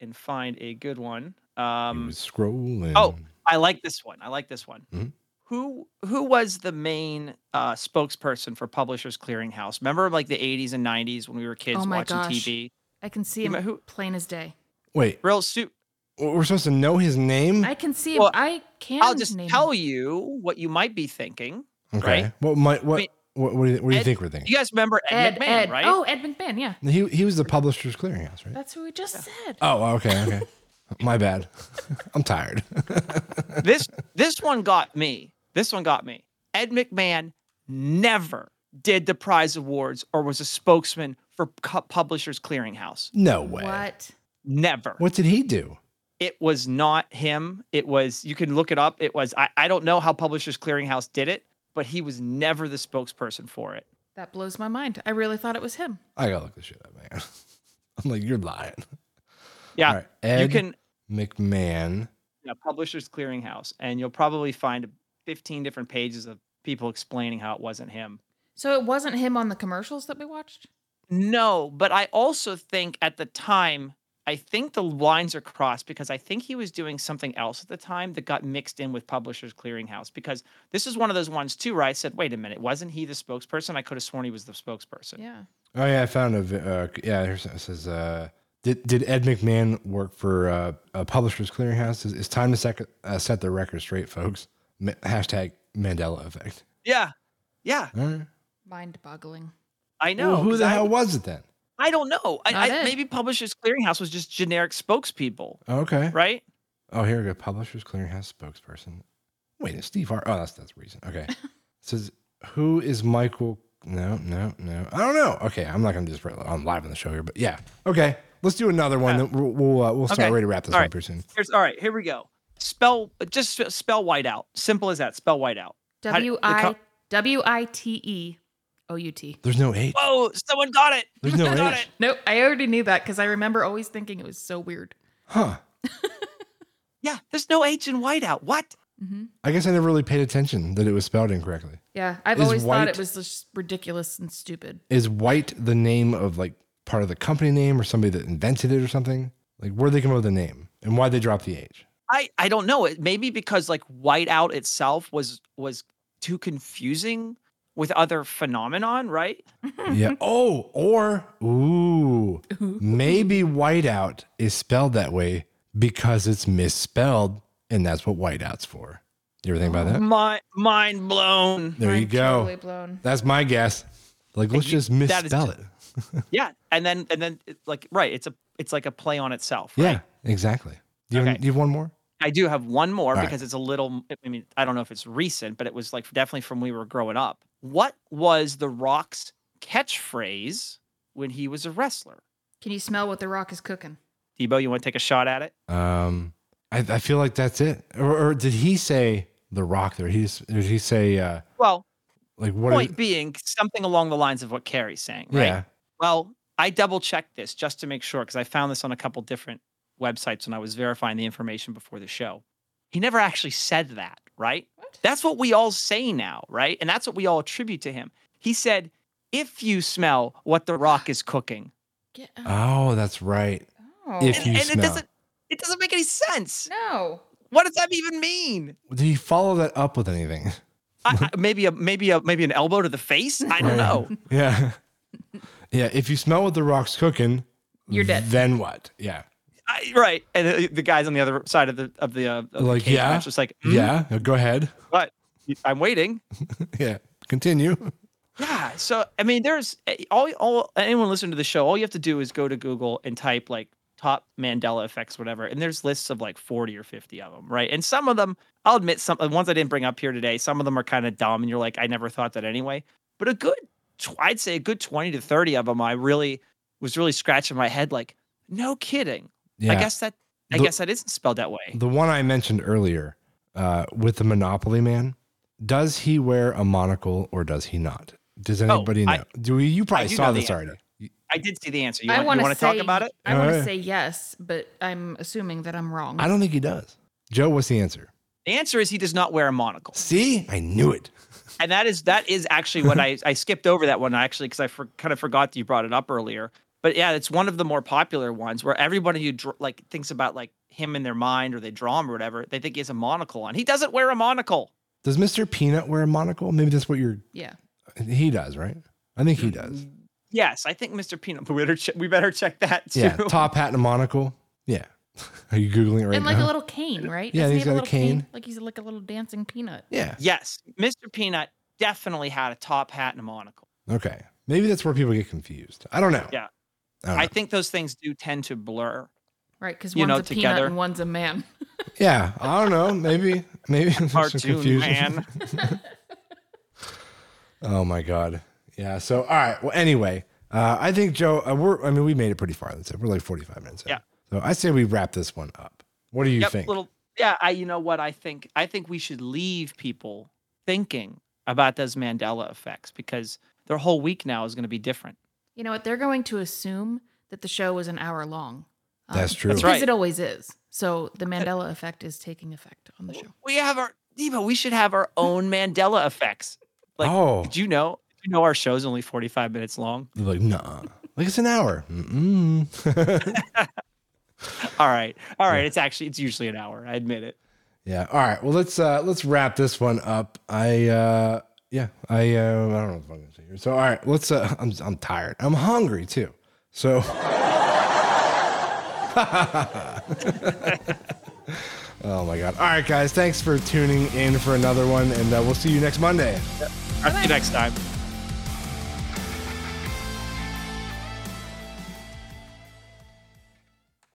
Speaker 3: and find a good one.
Speaker 2: He
Speaker 3: Um,
Speaker 2: was scrolling.
Speaker 3: oh, I like this one. I like this one.
Speaker 2: Mhm.
Speaker 3: Who who was the main uh, spokesperson for Publishers Clearinghouse? Remember, like the '80s and '90s when we were kids
Speaker 4: Oh my
Speaker 3: watching
Speaker 4: gosh.
Speaker 3: TV.
Speaker 4: I can see
Speaker 3: You
Speaker 4: him
Speaker 3: know who-
Speaker 4: plain as
Speaker 2: *laughs*
Speaker 4: day.
Speaker 2: wait.
Speaker 3: Real soup.
Speaker 2: We're supposed to know his name.
Speaker 4: I can see him.
Speaker 3: Well,
Speaker 4: I can.
Speaker 3: I'll just
Speaker 4: name
Speaker 3: tell
Speaker 4: him.
Speaker 3: you what you might be thinking.
Speaker 2: okay.
Speaker 3: right.
Speaker 2: What might what,
Speaker 3: Wait.
Speaker 2: what what do you, what do you
Speaker 3: Ed-
Speaker 2: think we're thinking?
Speaker 3: You guys remember Ed,
Speaker 4: Ed,
Speaker 3: McMahon,
Speaker 4: Ed.
Speaker 3: right?
Speaker 4: Oh, Ed McMahon. Yeah,
Speaker 2: He he was the publisher's clearinghouse, right?
Speaker 4: that's who we just said.
Speaker 2: Oh, okay, okay. My bad. I'm tired.
Speaker 3: this this one got me. This one got me. Ed McMahon never did the prize awards or was a spokesman for Cu- Publishers Clearinghouse.
Speaker 2: *laughs* No way.
Speaker 4: What?
Speaker 3: Never.
Speaker 2: What did he do?
Speaker 3: It was not him. It was you can look it up. It was I, I don't know how Publishers Clearinghouse did it, but he was never the spokesperson for it.
Speaker 4: That blows my mind. I really thought it was him.
Speaker 2: I gotta look this shit up, man. *laughs* I'm like, you're lying.
Speaker 3: Yeah.
Speaker 2: All right, Ed
Speaker 3: you can
Speaker 2: McMahon.
Speaker 3: yeah, Publishers Clearinghouse and you'll probably find 15 different pages of people explaining how it wasn't him.
Speaker 4: So it wasn't him on the commercials that we watched.
Speaker 3: No, but I also think at the time, I think the lines are crossed because I think he was doing something else at the time that got mixed in with Publishers Clearinghouse. Because this is one of those ones too, where I said, "Wait a minute, wasn't he the spokesperson?" I could have sworn he was the spokesperson.
Speaker 4: Yeah.
Speaker 2: Oh yeah, I found a. vi- Uh, yeah, here's, it says. Uh, did, did Ed McMahon work for uh, a publisher's clearinghouse? It's, it's time to sec- uh, set the record straight, folks. Ma- hashtag Mandela effect.
Speaker 3: yeah, yeah,
Speaker 2: All right.
Speaker 4: Mind-boggling.
Speaker 3: I know.
Speaker 2: Well, who
Speaker 3: 'cause
Speaker 2: the
Speaker 3: I,
Speaker 2: hell was it then?
Speaker 3: I don't know. I,
Speaker 4: Not
Speaker 3: I,
Speaker 4: it.
Speaker 3: maybe Publishers Clearinghouse was just generic spokespeople,
Speaker 2: Oh, okay.
Speaker 3: right?
Speaker 2: Oh, here we go. Publishers Clearinghouse spokesperson. Wait, it's Steve Hart. Oh, that's that's recent.
Speaker 3: *laughs*
Speaker 2: Okay. It says who is Michael? No, no, no. I don't know. Okay, I'm not gonna just. I'm live on the show here, but yeah. Okay, let's do another one.
Speaker 3: Yeah.
Speaker 2: Then we'll we'll, uh, we'll start
Speaker 3: Oh. Okay.
Speaker 2: ready to wrap this
Speaker 3: All
Speaker 2: up
Speaker 3: right.
Speaker 2: here soon.
Speaker 3: Here's all right. Here we go. Spell just sp- spell white out. Simple as that. Spell white out. How did-
Speaker 4: W
Speaker 3: the co-
Speaker 4: i w i t e o u t.
Speaker 2: There's no
Speaker 3: *laughs*
Speaker 2: H.
Speaker 3: Whoa! Someone got it.
Speaker 2: There's no
Speaker 3: got
Speaker 2: H.
Speaker 3: it.
Speaker 4: Nope, I already knew that because I remember always thinking it was so weird.
Speaker 2: Huh.
Speaker 3: Yeah, there's no H in white out. What?
Speaker 4: hmm
Speaker 2: I guess I never really paid attention that it was spelled incorrectly.
Speaker 4: Yeah, I've
Speaker 2: Is
Speaker 4: always thought
Speaker 2: white-
Speaker 4: it was just ridiculous and stupid.
Speaker 2: Is White the name of like part of the company name or somebody that invented it or something? Like where would they come up with the name and why they drop the H?
Speaker 3: I I don't know. It maybe because like whiteout itself was was too confusing with other phenomenon, right? *laughs*
Speaker 2: yeah. Oh, or ooh, maybe whiteout is spelled that way because it's misspelled, and that's what whiteout's for. You ever think about that?
Speaker 3: My mind blown.
Speaker 2: There you
Speaker 4: Mind
Speaker 2: go.
Speaker 4: Totally blown.
Speaker 2: That's my guess. Like, let's
Speaker 3: you-
Speaker 2: just
Speaker 3: that is-
Speaker 2: misspell it.
Speaker 3: Yeah, and then and then it- like right, it's a it's like a play on itself.
Speaker 2: Yeah,
Speaker 3: right?
Speaker 2: exactly. Do you,
Speaker 3: Okay.
Speaker 2: do you have one more?
Speaker 3: I do have one more
Speaker 2: All right.
Speaker 3: because it's a little. I mean, I don't know if it's recent, but it was like definitely from when we were growing up. What was the Rock's catchphrase when he was a wrestler?
Speaker 4: Can you smell what the rock is cooking?
Speaker 3: Debo, you want to take a shot at it?
Speaker 2: Um, I, I feel like that's it. Or, or did he say the rock there? He just, did he say uh,
Speaker 3: Well,
Speaker 2: like what?
Speaker 3: point
Speaker 2: is-
Speaker 3: being something along the lines of what Carrie's saying, right?
Speaker 2: yeah.
Speaker 3: Well, I double checked this just to make sure because I found this on a couple different websites when I was verifying the information before the show. He never actually said that, right?
Speaker 4: What?
Speaker 3: That's what we all say now, right? And that's what we all attribute to him. He said, if you smell what the rock is cooking.
Speaker 4: Get out.
Speaker 2: Oh, that's right.
Speaker 4: Oh.
Speaker 2: If you
Speaker 3: and it
Speaker 2: smell.
Speaker 3: doesn't it doesn't make any sense.
Speaker 4: no.
Speaker 3: What does that even mean?
Speaker 2: Did he follow that up with anything? *laughs*
Speaker 3: I, I, maybe a maybe a maybe an elbow to the face? I
Speaker 2: *laughs*
Speaker 3: don't know.
Speaker 2: Yeah. Yeah. If you smell what the rock's cooking,
Speaker 4: You're dead.
Speaker 2: Then what? Yeah.
Speaker 3: I, right. And uh, the guys on the other side of the of the, uh, of the
Speaker 2: Like,
Speaker 3: cage
Speaker 2: yeah,
Speaker 3: match was like, "Mm,
Speaker 2: Yeah. Go ahead. *laughs*
Speaker 3: What? I'm waiting.
Speaker 2: yeah. Continue.
Speaker 3: Yeah. So I mean, there's eh, all all anyone listening to the show, all you have to do is go to Google and type like top Mandela effects, whatever, and there's lists of like 40 or 50 of them, right? And some of them, I'll admit, some the ones I didn't bring up here today, some of them are kind of dumb, and you're like, I never thought that anyway. But a good, tw- I'd say a good 20 to 30 of them, I really was really scratching my head, like, no kidding.
Speaker 2: Yeah.
Speaker 3: I guess that I
Speaker 2: The-
Speaker 3: guess that isn't spelled that way.
Speaker 2: the one I mentioned earlier uh, with the Monopoly man. Does he wear a monocle or does he not? Does anybody know?
Speaker 3: Oh, I-
Speaker 2: do we, you probably
Speaker 3: I do
Speaker 2: saw
Speaker 3: know the
Speaker 2: this
Speaker 3: answer.
Speaker 2: already?
Speaker 3: I did see the answer. You
Speaker 4: I
Speaker 3: want,
Speaker 4: want
Speaker 3: you
Speaker 4: to
Speaker 3: want to talk about it?
Speaker 4: I
Speaker 2: All
Speaker 4: want
Speaker 2: right.
Speaker 4: to say yes, but I'm assuming that I'm wrong.
Speaker 2: I don't think he does. Joe, what's the answer?
Speaker 3: The answer is he does not wear a monocle.
Speaker 2: See, I knew it.
Speaker 3: and that is that is actually what I I skipped over that one actually because I for, kind of forgot that you brought it up earlier. But yeah, it's one of the more popular ones where everybody who dr- like thinks about like him in their mind or they draw him or whatever, they think he has a monocle on. He doesn't wear a monocle.
Speaker 2: Does Mr. Peanut wear a monocle? Maybe that's what you're.
Speaker 4: yeah.
Speaker 2: He does, right? I think he does.
Speaker 3: Mm, Yes, I think Mr. Peanut. *laughs* but We better che- we better check that too. *laughs*
Speaker 2: Yeah, top hat and a monocle. Yeah. *laughs* Are you googling it right
Speaker 4: and like
Speaker 2: now?
Speaker 4: a little cane, right?
Speaker 2: Yeah,
Speaker 4: Doesn't
Speaker 2: he's
Speaker 4: he have
Speaker 2: got a
Speaker 4: little cane?
Speaker 2: cane.
Speaker 4: Like he's like a little dancing peanut.
Speaker 2: yeah.
Speaker 3: yes, Mr. Peanut definitely had a top hat and a monocle.
Speaker 2: Okay. Maybe that's where people get confused. I don't know.
Speaker 3: Yeah.
Speaker 2: I don't
Speaker 3: I
Speaker 2: know.
Speaker 3: think those things do tend to blur.
Speaker 4: Right, because
Speaker 3: You
Speaker 4: one's
Speaker 3: know,
Speaker 4: a
Speaker 3: together.
Speaker 4: peanut and one's a man. *laughs*
Speaker 2: yeah. I don't know. Maybe. *laughs* Maybe. there's some
Speaker 3: Cartoon
Speaker 2: confusion. *laughs*
Speaker 3: man.
Speaker 2: Oh my god. Yeah. So all right. Well, anyway, uh, I think Joe. Uh, we're. I mean, we made it pretty far. That's it. We're like forty-five minutes. in.
Speaker 3: Yeah.
Speaker 2: So I say we wrap this one up. What do you
Speaker 3: yep,
Speaker 2: think?
Speaker 3: little yeah i you know what i think i think we should leave people thinking about those mandela effects because their whole week now is going to be different
Speaker 4: You know what? They're going to assume that the show was an hour long.
Speaker 2: That's true.
Speaker 3: That's
Speaker 4: because
Speaker 3: right.
Speaker 4: it always is. So the Mandela effect is taking effect on the show.
Speaker 3: we have our diva we should have our own mandela effects like
Speaker 2: oh,
Speaker 3: did you know did you know our show's only 45 minutes long
Speaker 2: You're like nah. Like it's an hour. Mm-mm.
Speaker 3: all right all right it's actually it's usually an hour i admit it
Speaker 2: yeah. All right. Well, let's uh let's wrap this one up. I uh yeah. I uh I don't know what I'm gonna say here. So all right. Let's. Uh, I'm I'm tired. I'm hungry too. So. *laughs* oh my god. All right, guys. Thanks for tuning in for another one, and uh, we'll see you next Monday.
Speaker 3: i'll see you next time